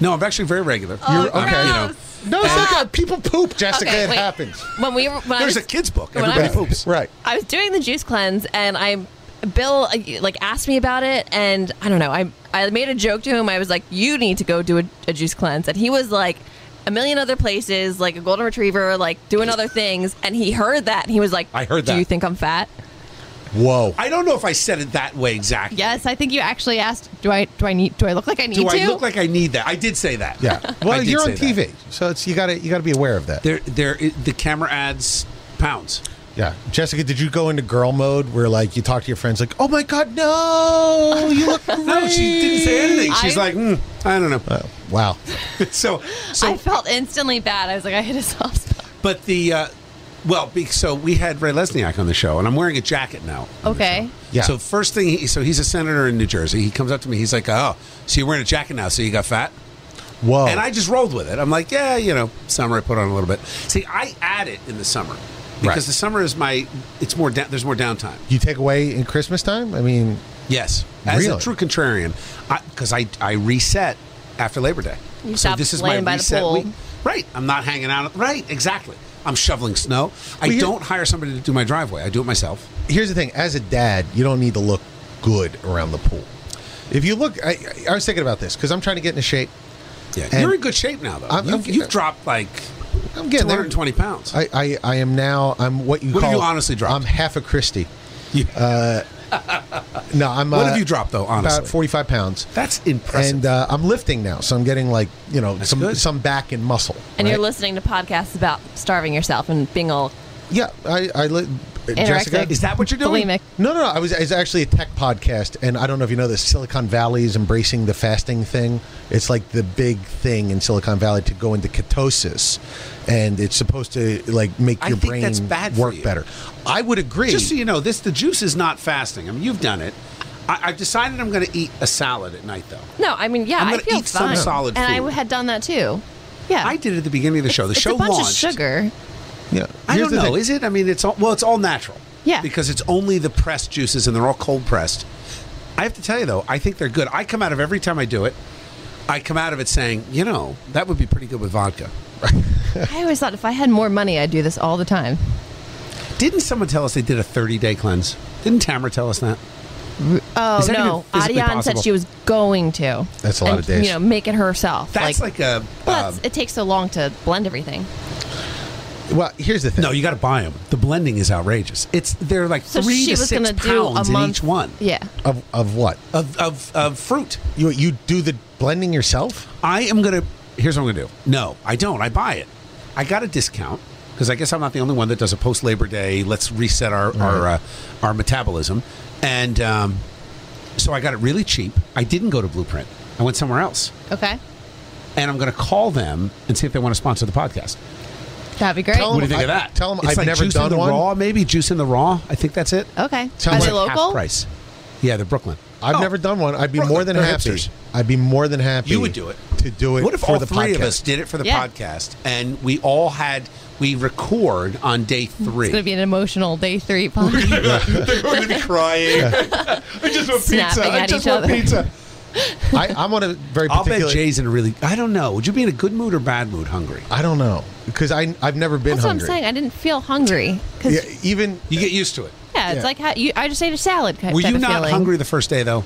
Speaker 5: No, I'm actually very
Speaker 4: Oh,
Speaker 5: regular.
Speaker 6: You're okay.
Speaker 5: You know,
Speaker 6: No, it's not that. People poop, Jessica.
Speaker 4: Okay,
Speaker 6: it
Speaker 4: wait.
Speaker 6: happens.
Speaker 4: When we were, when I
Speaker 5: there's a
Speaker 4: was-
Speaker 5: kids book.
Speaker 4: when I
Speaker 5: Everybody
Speaker 4: was-
Speaker 5: poops.
Speaker 6: Right.
Speaker 4: I was doing the juice cleanse, and I, Bill, uh, like asked me about it, and I don't know. I I made a joke to him. I was like, "You need to go do a, a juice cleanse," and he was like, "A million other places, like a golden retriever, like doing other things." And he heard that, and he was like,
Speaker 5: I heard
Speaker 4: Do
Speaker 5: that."
Speaker 4: you think I'm fat?"
Speaker 6: Whoa.
Speaker 5: I don't know if I said it that way exactly.
Speaker 8: Yes, I think you actually asked. Do I? Do I need? Do I look like I need
Speaker 5: Do
Speaker 8: to?
Speaker 5: I look like I need that? I did say that.
Speaker 6: Yeah.
Speaker 5: I
Speaker 6: Well,
Speaker 5: did
Speaker 6: you're
Speaker 5: say
Speaker 6: on
Speaker 5: that.
Speaker 6: TV, so it's you got to you got to be aware of that.
Speaker 5: There, there. it- The camera adds pounds.
Speaker 6: Yeah, Jessica, did you go into girl mode where like you talk to your friends like, "Oh my god, no, you look great."
Speaker 5: No, she didn't say anything. She's
Speaker 4: I-
Speaker 5: like, mm, I don't know.
Speaker 6: Wow.
Speaker 5: so, so
Speaker 8: I felt instantly bad. I was like, I hit a soft spot.
Speaker 5: But the uh, well, be, so we had Ray Lesniak on the show, and I'm wearing a jacket now. on the
Speaker 8: Okay.
Speaker 5: show.
Speaker 6: Yeah.
Speaker 5: So first thing, he, so he's a senator in New Jersey. He comes up to me. He's like, "Oh, so you're wearing a jacket now? So you got fat?"
Speaker 6: Whoa.
Speaker 5: And I just rolled with it. I'm like, "Yeah, you know, summer I put on a little bit." See, I add it in the summer because
Speaker 6: Right.
Speaker 5: the summer is my it's more da- there's more downtime.
Speaker 6: you take away in Christmas time? I mean,
Speaker 5: Yes, as a
Speaker 6: Really?
Speaker 5: true contrarian, because I, I reset after Labor Day.
Speaker 4: You stop laying by the pool.
Speaker 5: Right, I'm not hanging out. Right, exactly. I'm shoveling snow. I
Speaker 6: Well, you-
Speaker 5: don't hire somebody to do my driveway. I do it myself.
Speaker 6: here's the thing, as a dad, you don't need to look good around the pool. If you look I, I was thinking about this cuz I'm trying to get into shape.
Speaker 5: Yeah,
Speaker 6: And-
Speaker 5: you're in good shape now, though.
Speaker 6: I'm-
Speaker 5: you've,
Speaker 6: I'm getting
Speaker 5: you've
Speaker 6: there.
Speaker 5: dropped like
Speaker 6: I'm getting there.
Speaker 5: 220 pounds.
Speaker 6: I, I, I am now I'm what you
Speaker 5: What have
Speaker 6: call
Speaker 5: you honestly dropped?
Speaker 6: I'm half a Christie.
Speaker 5: You-
Speaker 6: No, I'm
Speaker 5: What
Speaker 6: uh,
Speaker 5: have you dropped, though, honestly?
Speaker 6: About 45 pounds.
Speaker 5: That's impressive.
Speaker 6: And uh, I'm lifting now, so I'm getting like, you know, some
Speaker 5: good.
Speaker 6: some back and muscle.
Speaker 4: And you're
Speaker 6: right?
Speaker 4: listening to podcasts about starving yourself and being all
Speaker 6: Yeah, I, I li- Jessica.
Speaker 8: Anorexic.
Speaker 5: is that what you're doing?
Speaker 8: Bulimic.
Speaker 6: No, no, no. I was, I was actually a tech podcast, and I don't know if you know this. Silicon Valley is embracing the fasting thing. It's like the big thing in Silicon Valley to go into ketosis, and it's supposed to like make
Speaker 5: I
Speaker 6: your
Speaker 5: think
Speaker 6: brain
Speaker 5: that's bad for
Speaker 6: work
Speaker 5: you.
Speaker 6: better. I would agree.
Speaker 5: Just so you know, this the juice is not fasting. I mean, you've done it. I, I've decided I'm going to eat a salad at night, though.
Speaker 4: no. I mean, yeah,
Speaker 5: I'm
Speaker 4: I
Speaker 5: gonna
Speaker 4: feel
Speaker 5: eat some
Speaker 4: fine.
Speaker 5: solid
Speaker 8: And
Speaker 5: food.
Speaker 8: I had done that too. Yeah.
Speaker 5: I did it at the beginning of the show. The
Speaker 8: it's
Speaker 5: show
Speaker 8: a bunch
Speaker 5: launched.
Speaker 8: of sugar.
Speaker 6: yeah.
Speaker 5: I
Speaker 6: Here's
Speaker 5: don't
Speaker 6: the
Speaker 5: know.
Speaker 6: thing.
Speaker 5: Is it? I mean, it's all well, it's all natural.
Speaker 8: Yeah.
Speaker 5: Because it's only the pressed juices, and they're all cold pressed. I have to tell you though, I think they're good. I come out of every time I do it. I come out of it saying, you know, that would be pretty good with vodka.
Speaker 8: I always thought if I had more money, I'd do this all the time.
Speaker 5: Didn't someone tell us they did a 30 day cleanse? Didn't Tamara tell us that?
Speaker 8: Oh
Speaker 5: Is that
Speaker 8: no,
Speaker 5: even physically
Speaker 8: Adion said
Speaker 5: possible?
Speaker 8: she was going to.
Speaker 6: That's a lot
Speaker 8: and,
Speaker 6: of days.
Speaker 8: You know, make it herself.
Speaker 5: That's like, a.
Speaker 8: Plus,
Speaker 5: um,
Speaker 8: it takes so long to blend everything.
Speaker 6: Well, here's the thing.
Speaker 5: no, you got to buy them. The blending is outrageous. It's they're like
Speaker 8: So
Speaker 5: three
Speaker 8: she
Speaker 5: to
Speaker 8: was
Speaker 5: six
Speaker 8: gonna do a
Speaker 5: pounds in
Speaker 8: month.
Speaker 5: each one
Speaker 8: Yeah.
Speaker 6: of of what
Speaker 5: of, of of fruit.
Speaker 6: you you do the blending yourself.
Speaker 5: I am gonna. Here's what I'm gonna do. No, I don't. I buy it. I got a discount because I guess I'm not the only one that does a post Labor Day. Let's reset our our uh, our metabolism, and um, so I got it really cheap. I didn't go to Blueprint. I went somewhere else,
Speaker 8: Okay.
Speaker 5: and I'm gonna call them and see if they want to sponsor the podcast.
Speaker 8: That'd be great.
Speaker 6: Tell
Speaker 5: What do you
Speaker 6: 'em
Speaker 5: think of
Speaker 6: Oh, I-
Speaker 5: that?
Speaker 6: tell 'em
Speaker 5: It's
Speaker 6: I've
Speaker 5: like
Speaker 6: never
Speaker 5: juice in
Speaker 6: done
Speaker 5: the
Speaker 6: one.
Speaker 5: raw. Maybe juice in the raw. I think that's it.
Speaker 8: Okay.
Speaker 6: Tell
Speaker 8: Are
Speaker 6: me
Speaker 8: they
Speaker 6: half
Speaker 5: Half
Speaker 8: local?
Speaker 5: price. Yeah, they're Brooklyn.
Speaker 6: I've
Speaker 5: Oh,
Speaker 6: never done one. I'd be
Speaker 5: Brooklyn,
Speaker 6: more than
Speaker 5: they're
Speaker 6: happy.
Speaker 5: hipsters.
Speaker 6: I'd be more than happy.
Speaker 5: You would do it
Speaker 6: to do it.
Speaker 5: What if
Speaker 6: for
Speaker 5: all
Speaker 6: the
Speaker 5: three
Speaker 6: podcast?
Speaker 5: of us did it for the
Speaker 8: Yeah.
Speaker 5: podcast, and we all had we record on day three?
Speaker 8: It's gonna be an emotional day three podcast.
Speaker 5: They're going to be crying. I just want
Speaker 8: Snapping
Speaker 5: pizza. I
Speaker 8: at
Speaker 5: just
Speaker 8: each
Speaker 5: want
Speaker 8: other.
Speaker 5: pizza.
Speaker 6: I, I'm on a very
Speaker 5: I'll
Speaker 6: particular.
Speaker 5: bet Jay's in a really. I don't know. Would you be in a good mood or bad mood? Hungry.
Speaker 6: I don't know because I I've never been
Speaker 8: That's what I'm
Speaker 6: hungry.
Speaker 8: saying. I didn't feel hungry because yeah,
Speaker 6: Yeah, even
Speaker 5: You get used to it.
Speaker 8: it's
Speaker 6: Yeah.
Speaker 8: like how you. I just ate a salad. Kind
Speaker 5: Were you
Speaker 8: of
Speaker 5: not
Speaker 8: feeling.
Speaker 5: hungry the first day though?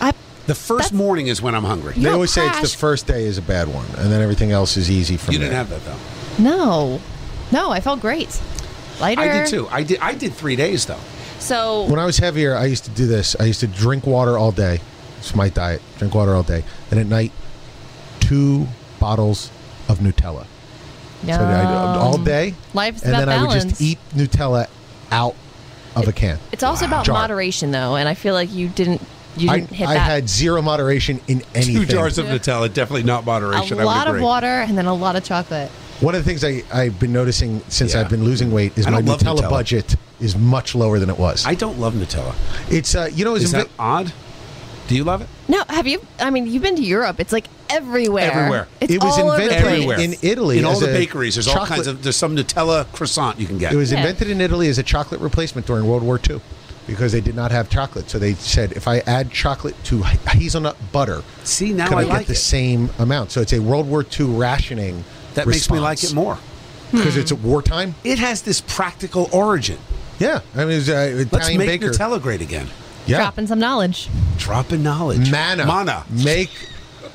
Speaker 8: I,
Speaker 5: The first
Speaker 8: That's-
Speaker 5: morning is when I'm hungry.
Speaker 8: You
Speaker 6: they
Speaker 8: don't
Speaker 6: always say it's
Speaker 8: crash.
Speaker 6: the first day is a bad one, and then everything else is easy from
Speaker 5: You didn't
Speaker 6: there.
Speaker 5: have that though.
Speaker 8: no, no, I felt great. Lighter.
Speaker 5: I did too. I did. I did three days though.
Speaker 4: so
Speaker 6: When I was heavier, I used to do this. I used to drink water all day. It's my diet. Drink water all day, and at night, two bottles of Nutella.
Speaker 8: No.
Speaker 6: So I all day.
Speaker 8: Life's
Speaker 6: and
Speaker 8: Um, about
Speaker 6: then I would
Speaker 8: balance.
Speaker 6: just eat Nutella out of a can.
Speaker 4: it's also about
Speaker 6: Jar.
Speaker 4: moderation, though, and I feel like you didn't you
Speaker 6: I,
Speaker 4: didn't hit
Speaker 6: I
Speaker 4: that.
Speaker 6: had zero moderation in anything.
Speaker 5: Nutella, definitely not
Speaker 8: a
Speaker 5: moderation.
Speaker 8: lot of water and then a lot of chocolate.
Speaker 6: One of the things I, I've been noticing since
Speaker 5: Yeah.
Speaker 6: I've been losing weight is
Speaker 5: I
Speaker 6: my
Speaker 5: don't love
Speaker 6: Nutella,
Speaker 5: Nutella.
Speaker 6: budget is much lower than it was.
Speaker 5: I don't love Nutella.
Speaker 6: it's uh, you know, it's
Speaker 5: Is
Speaker 6: invi-
Speaker 5: that odd? Do you love it?
Speaker 8: No, have you? I mean, you've been to Europe. It's like everywhere.
Speaker 5: Everywhere.
Speaker 8: It's
Speaker 6: It was
Speaker 8: all over the
Speaker 6: invented
Speaker 8: place.
Speaker 5: Everywhere
Speaker 6: in Italy
Speaker 5: in all
Speaker 6: as
Speaker 5: the
Speaker 6: a
Speaker 5: bakeries. There's all
Speaker 6: chocolate-
Speaker 5: kinds of. There's some Nutella croissant you can get.
Speaker 6: It was
Speaker 8: Yeah.
Speaker 6: invented in Italy as a chocolate replacement during World War II because they did not have chocolate. So they said, if I add chocolate to h- hazelnut butter,
Speaker 5: See, now
Speaker 6: could
Speaker 5: I
Speaker 6: I, get
Speaker 5: like
Speaker 6: the
Speaker 5: it.
Speaker 6: same amount? So it's a World War II rationing.
Speaker 5: that makes me like it more. Hmm.
Speaker 6: because it's at wartime.
Speaker 5: It has this practical origin.
Speaker 6: Yeah, I mean, it was, uh, Italian
Speaker 5: Let's make
Speaker 6: baker.
Speaker 5: Nutella great again.
Speaker 6: Yeah,
Speaker 8: Dropping some knowledge.
Speaker 5: Dropping knowledge.
Speaker 6: manna,
Speaker 5: Mana.
Speaker 6: make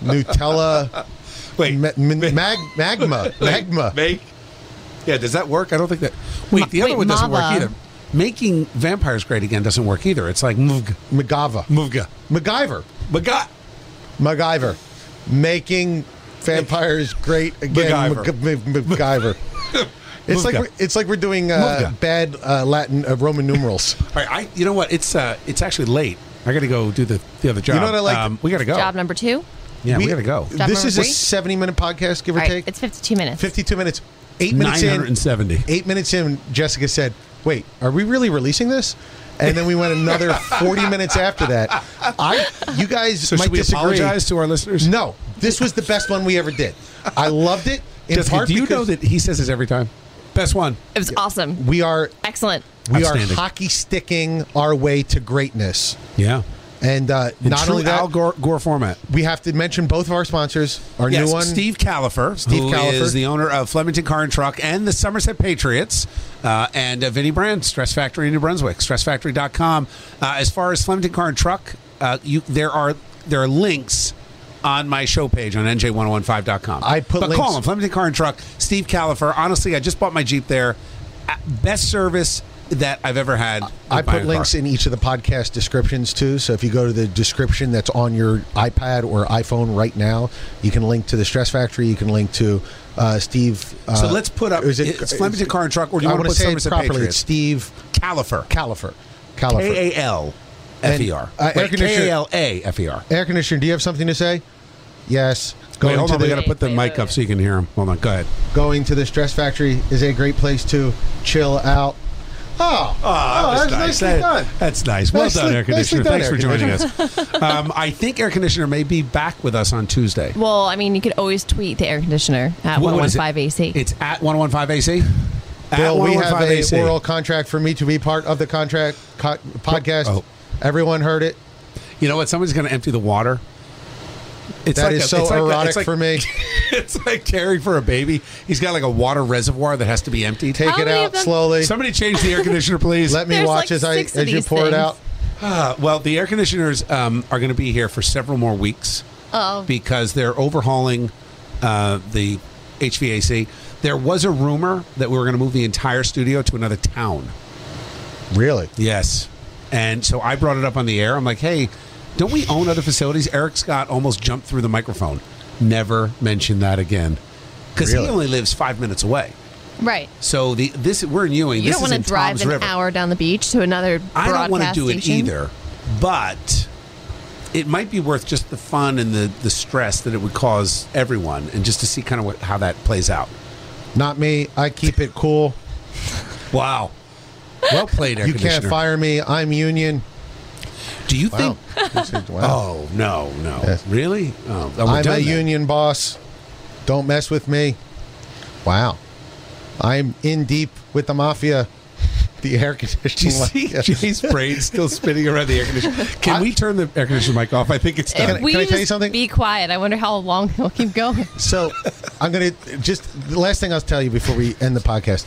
Speaker 6: Nutella.
Speaker 5: Wait.
Speaker 6: ma- ma- mag- magma,
Speaker 5: Wait,
Speaker 6: magma.
Speaker 5: Make. Yeah, does that work? I don't think that. Wait, the other
Speaker 8: wait,
Speaker 5: one doesn't work
Speaker 8: mava.
Speaker 5: either. Making vampires great again doesn't work either. It's like mvg,
Speaker 6: Magava,
Speaker 5: mvga,
Speaker 6: MacGyver,
Speaker 5: mvga.
Speaker 6: MacGyver, making vampires great again.
Speaker 5: MacGyver.
Speaker 6: Mac- Mac- MacGyver. It's like
Speaker 5: Mufga.
Speaker 6: we're, it's like we're doing uh,
Speaker 5: Mufga.
Speaker 6: bad uh, Latin uh, Roman numerals.
Speaker 5: All right, I. You know what? It's uh, it's actually late. I got to go do the the other job.
Speaker 6: know what I like?
Speaker 5: Um, we got to go.
Speaker 8: Job number two.
Speaker 5: yeah, we, got to go.
Speaker 8: Job
Speaker 6: This
Speaker 8: number
Speaker 6: is a
Speaker 8: three?
Speaker 6: seventy-minute podcast, give or
Speaker 8: All right,
Speaker 6: take.
Speaker 8: it's 52 minutes.
Speaker 6: Fifty-two minutes. Eight minutes in.
Speaker 5: 970.
Speaker 6: Eight minutes in, Jessica said, "Wait, are we really releasing this?" And then we went another forty minutes after that. I, you guys
Speaker 5: So
Speaker 6: might
Speaker 5: should we
Speaker 6: disagree.
Speaker 5: apologize to our listeners?
Speaker 6: No, this was the best one we ever did. I loved it. In
Speaker 5: Jessica,
Speaker 6: part
Speaker 5: do you
Speaker 6: because
Speaker 5: know that he says this every time? Best one.
Speaker 8: It was awesome.
Speaker 6: we are
Speaker 8: Excellent.
Speaker 6: we are
Speaker 5: Outstanding.
Speaker 6: hockey sticking our way to greatness,
Speaker 5: Yeah.
Speaker 6: and uh, not
Speaker 5: True
Speaker 6: only that,
Speaker 5: Al Gore, Gore format.
Speaker 6: we have to mention both of our sponsors. Our
Speaker 5: yes,
Speaker 6: new one,
Speaker 5: Steve Califer,
Speaker 6: Steve
Speaker 5: who
Speaker 6: Califer.
Speaker 5: is the owner of Flemington Car and Truck and the Somerset Patriots, uh, and uh, Vinny Brand, Stress Factory in New Brunswick, stressfactory.com. Uh, as far as Flemington Car and Truck, uh, you, there are there are links on my show page on nj1015.com.
Speaker 6: I put
Speaker 5: but
Speaker 6: links-
Speaker 5: call him Flemington Car and Truck, Steve Califer. Honestly, I just bought my Jeep there. Uh, Best service that I've ever had. with
Speaker 6: I put
Speaker 5: buying a car.
Speaker 6: links in each of the podcast descriptions too. So if you go to the description that's on your iPad or iPhone right now, you can link to the Stress Factory. You can link to uh, Steve. Uh,
Speaker 5: So let's put up.
Speaker 6: is it-
Speaker 5: it's Flemington Car and Truck, or do you
Speaker 6: I
Speaker 5: want
Speaker 6: wanna
Speaker 5: to put
Speaker 6: say it
Speaker 5: Somerset
Speaker 6: properly. It's
Speaker 5: Patriots?
Speaker 6: Steve
Speaker 5: Califer.
Speaker 6: Califer. Califer.
Speaker 5: K A L F E R.
Speaker 6: And, uh, air conditioner-
Speaker 5: K A L A F E R.
Speaker 6: Air conditioner. Do you have something to say? Yes. Going
Speaker 5: hold
Speaker 6: to
Speaker 5: on. We
Speaker 6: the
Speaker 5: got to put the mic up so you can hear him. Hold on. Go ahead.
Speaker 6: going to the Stress Factory is a great place to chill out. Oh,
Speaker 5: Ah,
Speaker 6: that's nicely done.
Speaker 5: That's nice. Well
Speaker 6: Nicely-
Speaker 5: done, air conditioner.
Speaker 6: nicely
Speaker 5: Thanks for
Speaker 6: done,
Speaker 5: joining
Speaker 6: air
Speaker 5: us. um, I think air conditioner may be back with us on Tuesday.
Speaker 8: Well, I mean, you could always tweet the air conditioner at
Speaker 5: What- what is it?
Speaker 8: 115 AC.
Speaker 5: It's at 115 AC. At oh
Speaker 6: Bill, we have a
Speaker 5: 115 AC.
Speaker 6: oral contract for me to be part of the contract co- podcast.
Speaker 5: Oh.
Speaker 6: Everyone heard it.
Speaker 5: You know what? Somebody's going to empty the water. It's
Speaker 6: That is
Speaker 5: a-
Speaker 6: so
Speaker 5: it's like a-
Speaker 6: erotic
Speaker 5: it's like-
Speaker 6: for me.
Speaker 5: it's like caring for a baby. He's got like a water reservoir that has to be emptied. Ah,
Speaker 6: Take
Speaker 8: How
Speaker 6: it
Speaker 8: many of
Speaker 6: out
Speaker 8: them-
Speaker 6: slowly.
Speaker 5: Somebody change the air conditioner, please.
Speaker 6: Let me
Speaker 8: There's
Speaker 6: watch
Speaker 8: like
Speaker 6: as I
Speaker 8: six
Speaker 6: as
Speaker 8: of
Speaker 6: you
Speaker 8: these
Speaker 6: pour it
Speaker 8: things.
Speaker 6: out.
Speaker 5: Uh, well, the air conditioners um, are going to be here for several more weeks
Speaker 8: Oh.
Speaker 5: because they're overhauling uh, the HVAC. There was a rumor that we were going to move the entire studio to another town.
Speaker 6: Really?
Speaker 5: Yes. And so I brought it up on the air. I'm like, hey, don't we own other facilities? Eric Scott almost jumped through the microphone. Never mention that again. Because
Speaker 6: Really?
Speaker 5: he only lives five minutes away.
Speaker 8: right.
Speaker 5: So the this we're in Ewing.
Speaker 8: You
Speaker 5: this
Speaker 8: don't
Speaker 5: is
Speaker 8: want to
Speaker 5: in
Speaker 8: drive
Speaker 5: Tom's
Speaker 8: an
Speaker 5: River.
Speaker 8: hour down the beach to another
Speaker 5: I don't want to
Speaker 8: broadcast
Speaker 5: do it
Speaker 8: station.
Speaker 5: either, but it might be worth just the fun and the, the stress that it would cause everyone, and just to see kind of what, how that plays out.
Speaker 6: Not me. I keep it cool.
Speaker 5: Wow, well played, air
Speaker 6: You can't
Speaker 5: conditioner. Oh.
Speaker 6: fire me. I'm union.
Speaker 5: Do you
Speaker 6: Wow.
Speaker 5: think?
Speaker 6: wow.
Speaker 5: Oh no, no,
Speaker 6: Yes.
Speaker 5: really? Oh, we're
Speaker 6: I'm
Speaker 5: done
Speaker 6: a
Speaker 5: then.
Speaker 6: union boss. Don't mess with me. Wow. I'm in deep with the mafia. The air
Speaker 5: Do you
Speaker 6: conditioning.
Speaker 5: see Jay's brain still spinning around the air conditioner? Can we turn the air conditioner mic off? I think it's
Speaker 8: If
Speaker 5: done.
Speaker 8: we
Speaker 6: can I
Speaker 8: just
Speaker 6: tell you something?
Speaker 8: be quiet, I wonder how long he'll keep going.
Speaker 6: So I'm gonna just the last thing I'll tell you before we end the podcast.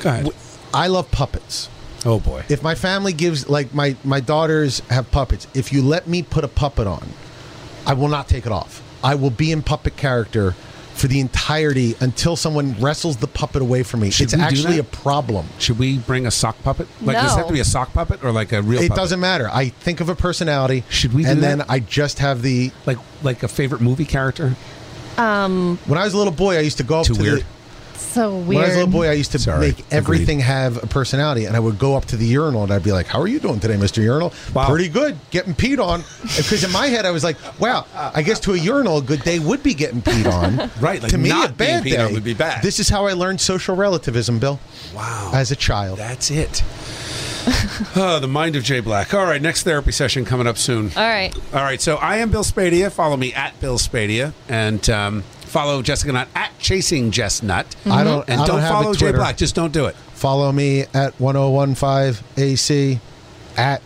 Speaker 5: Go ahead.
Speaker 6: W- I love puppets.
Speaker 5: Oh boy.
Speaker 6: If my family gives like my my daughters have puppets, if you let me put a puppet on, I will not take it off. I will be in puppet character for the entirety until someone wrestles the puppet away from me.
Speaker 5: Should
Speaker 6: it's
Speaker 5: we do
Speaker 6: actually
Speaker 5: that?
Speaker 6: a problem.
Speaker 5: Should we bring a sock puppet? Like, does it have to
Speaker 8: No.
Speaker 5: be a sock puppet or like a real?
Speaker 6: It
Speaker 5: puppet?
Speaker 6: doesn't matter. I think of a personality.
Speaker 5: Should we do
Speaker 6: And
Speaker 5: that?
Speaker 6: then I just have the
Speaker 5: like like a favorite movie character.
Speaker 6: When I was a little boy, I used to go up
Speaker 5: Too
Speaker 6: to
Speaker 5: weird.
Speaker 6: the
Speaker 9: So
Speaker 10: When I was a
Speaker 9: weird.
Speaker 10: little boy, I used to
Speaker 5: Sorry.
Speaker 10: make everything have a personality, and I would go up to the urinal and I'd be like, "How are you doing today, Mister Urinal?
Speaker 5: Wow.
Speaker 10: Pretty good. Getting peed on." Because in my head, I was like, "Wow, I guess to a urinal, a good day would be getting peed on."
Speaker 5: Right, like
Speaker 10: to me, a
Speaker 5: not being
Speaker 10: bad
Speaker 5: peed
Speaker 10: day
Speaker 5: on would be bad.
Speaker 10: This is how I learned social relativism, Bill.
Speaker 5: Wow.
Speaker 10: As a child,
Speaker 5: That's it. oh, the mind of Jay Black. All right, next therapy session coming up soon.
Speaker 9: All right.
Speaker 5: All right, so I am Bill Spadia. Follow me at Bill Spadia and um, follow Jessica Nut at Chasing Jess Nut.
Speaker 10: I don't-
Speaker 5: Mm-hmm. and
Speaker 10: Mm-hmm. I don't
Speaker 5: don't
Speaker 10: have a
Speaker 5: follow Jay
Speaker 10: Twitter.
Speaker 5: Black. Just don't do it.
Speaker 10: follow me at 1015 AC at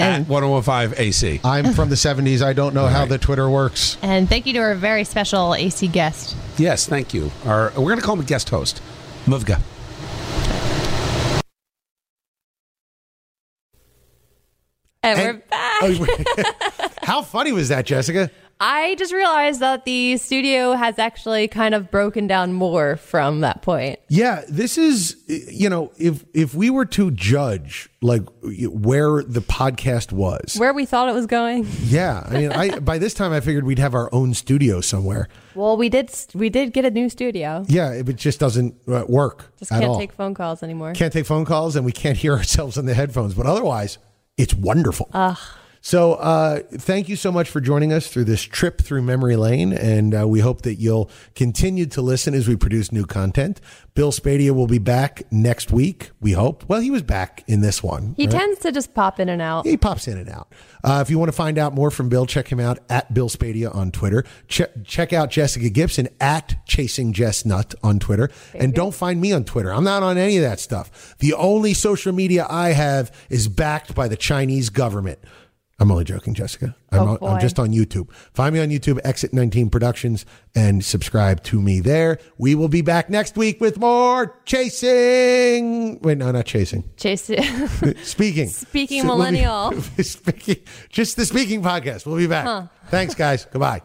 Speaker 5: At 105 AC.
Speaker 10: I'm from the 70s. I don't know how
Speaker 5: right.
Speaker 10: the Twitter works.
Speaker 9: And thank you to our very special AC guest.
Speaker 5: Yes, thank you. Our, we're going to call him a guest host, Muvga.
Speaker 4: And,
Speaker 6: And-
Speaker 4: we're back.
Speaker 6: Oh, How funny was that, Jessica?
Speaker 4: I just realized that the studio has actually kind of broken down more from that point.
Speaker 6: Yeah, this is you know if if we were to judge like where the podcast was,
Speaker 4: Where we thought it was going.
Speaker 6: yeah. I mean, I by this time I figured we'd have our own studio somewhere.
Speaker 4: Well, we did we did get a new studio.
Speaker 6: Yeah, it just doesn't uh, work
Speaker 4: Just
Speaker 6: at
Speaker 4: can't
Speaker 6: all.
Speaker 4: take phone calls anymore.
Speaker 6: can't take phone calls and we can't hear ourselves in the headphones. But otherwise, it's wonderful. So uh, thank you so much for joining us through this trip through memory lane, and uh, we hope that you'll continue to listen as we produce new content. Bill Spadia will be back next week. We hope. Well, he was back in this one.
Speaker 4: he tends to just pop in and out.
Speaker 6: He pops in and out. Uh, if you want to find out more from Bill, check him out at Bill Spadia on Twitter. Check, check out Jessica Gibson at Chasing Jess Nut on Twitter. And don't find me on Twitter. I'm not on any of that stuff. The only social media I have is backed by the Chinese government. I'm only joking, Jessica. I'm,
Speaker 4: Oh,
Speaker 6: on- I'm
Speaker 4: boy.
Speaker 6: just on YouTube. Find me on YouTube, Exit 19 Productions, and subscribe to me there. We will be back next week with more chasing. Wait, no, not chasing.
Speaker 4: Chase
Speaker 6: Speaking.
Speaker 4: Speaking
Speaker 6: we'll be-
Speaker 4: millennial.
Speaker 6: speaking. Just the speaking podcast. We'll be back. Thanks, guys. Goodbye.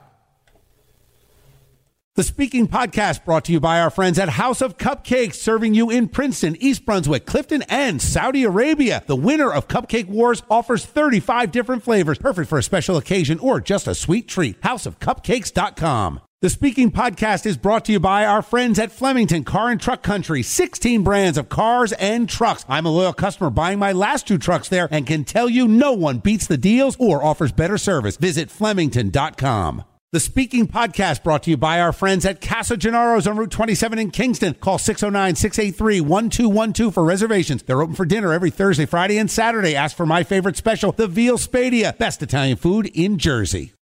Speaker 1: The Speaking Podcast brought to you by our friends at House of Cupcakes, serving you in Princeton, East Brunswick, Clifton, and Saudi Arabia. The winner of Cupcake Wars offers 35 different flavors, perfect for a special occasion or just a sweet treat. Houseofcupcakes.com. The Speaking Podcast is brought to you by our friends at Flemington Car and Truck Country, 16 brands of cars and trucks. I'm a loyal customer buying my last two trucks there and can tell you no one beats the deals or offers better service. Visit Flemington.com. The Speaking Podcast brought to you by our friends at Casa Gennaro's on Route 27 in Kingston. Call 609 683 1212 for reservations. They're open for dinner every Thursday, Friday, and Saturday. Ask for my favorite special, the Veal Spadia, best Italian food in Jersey.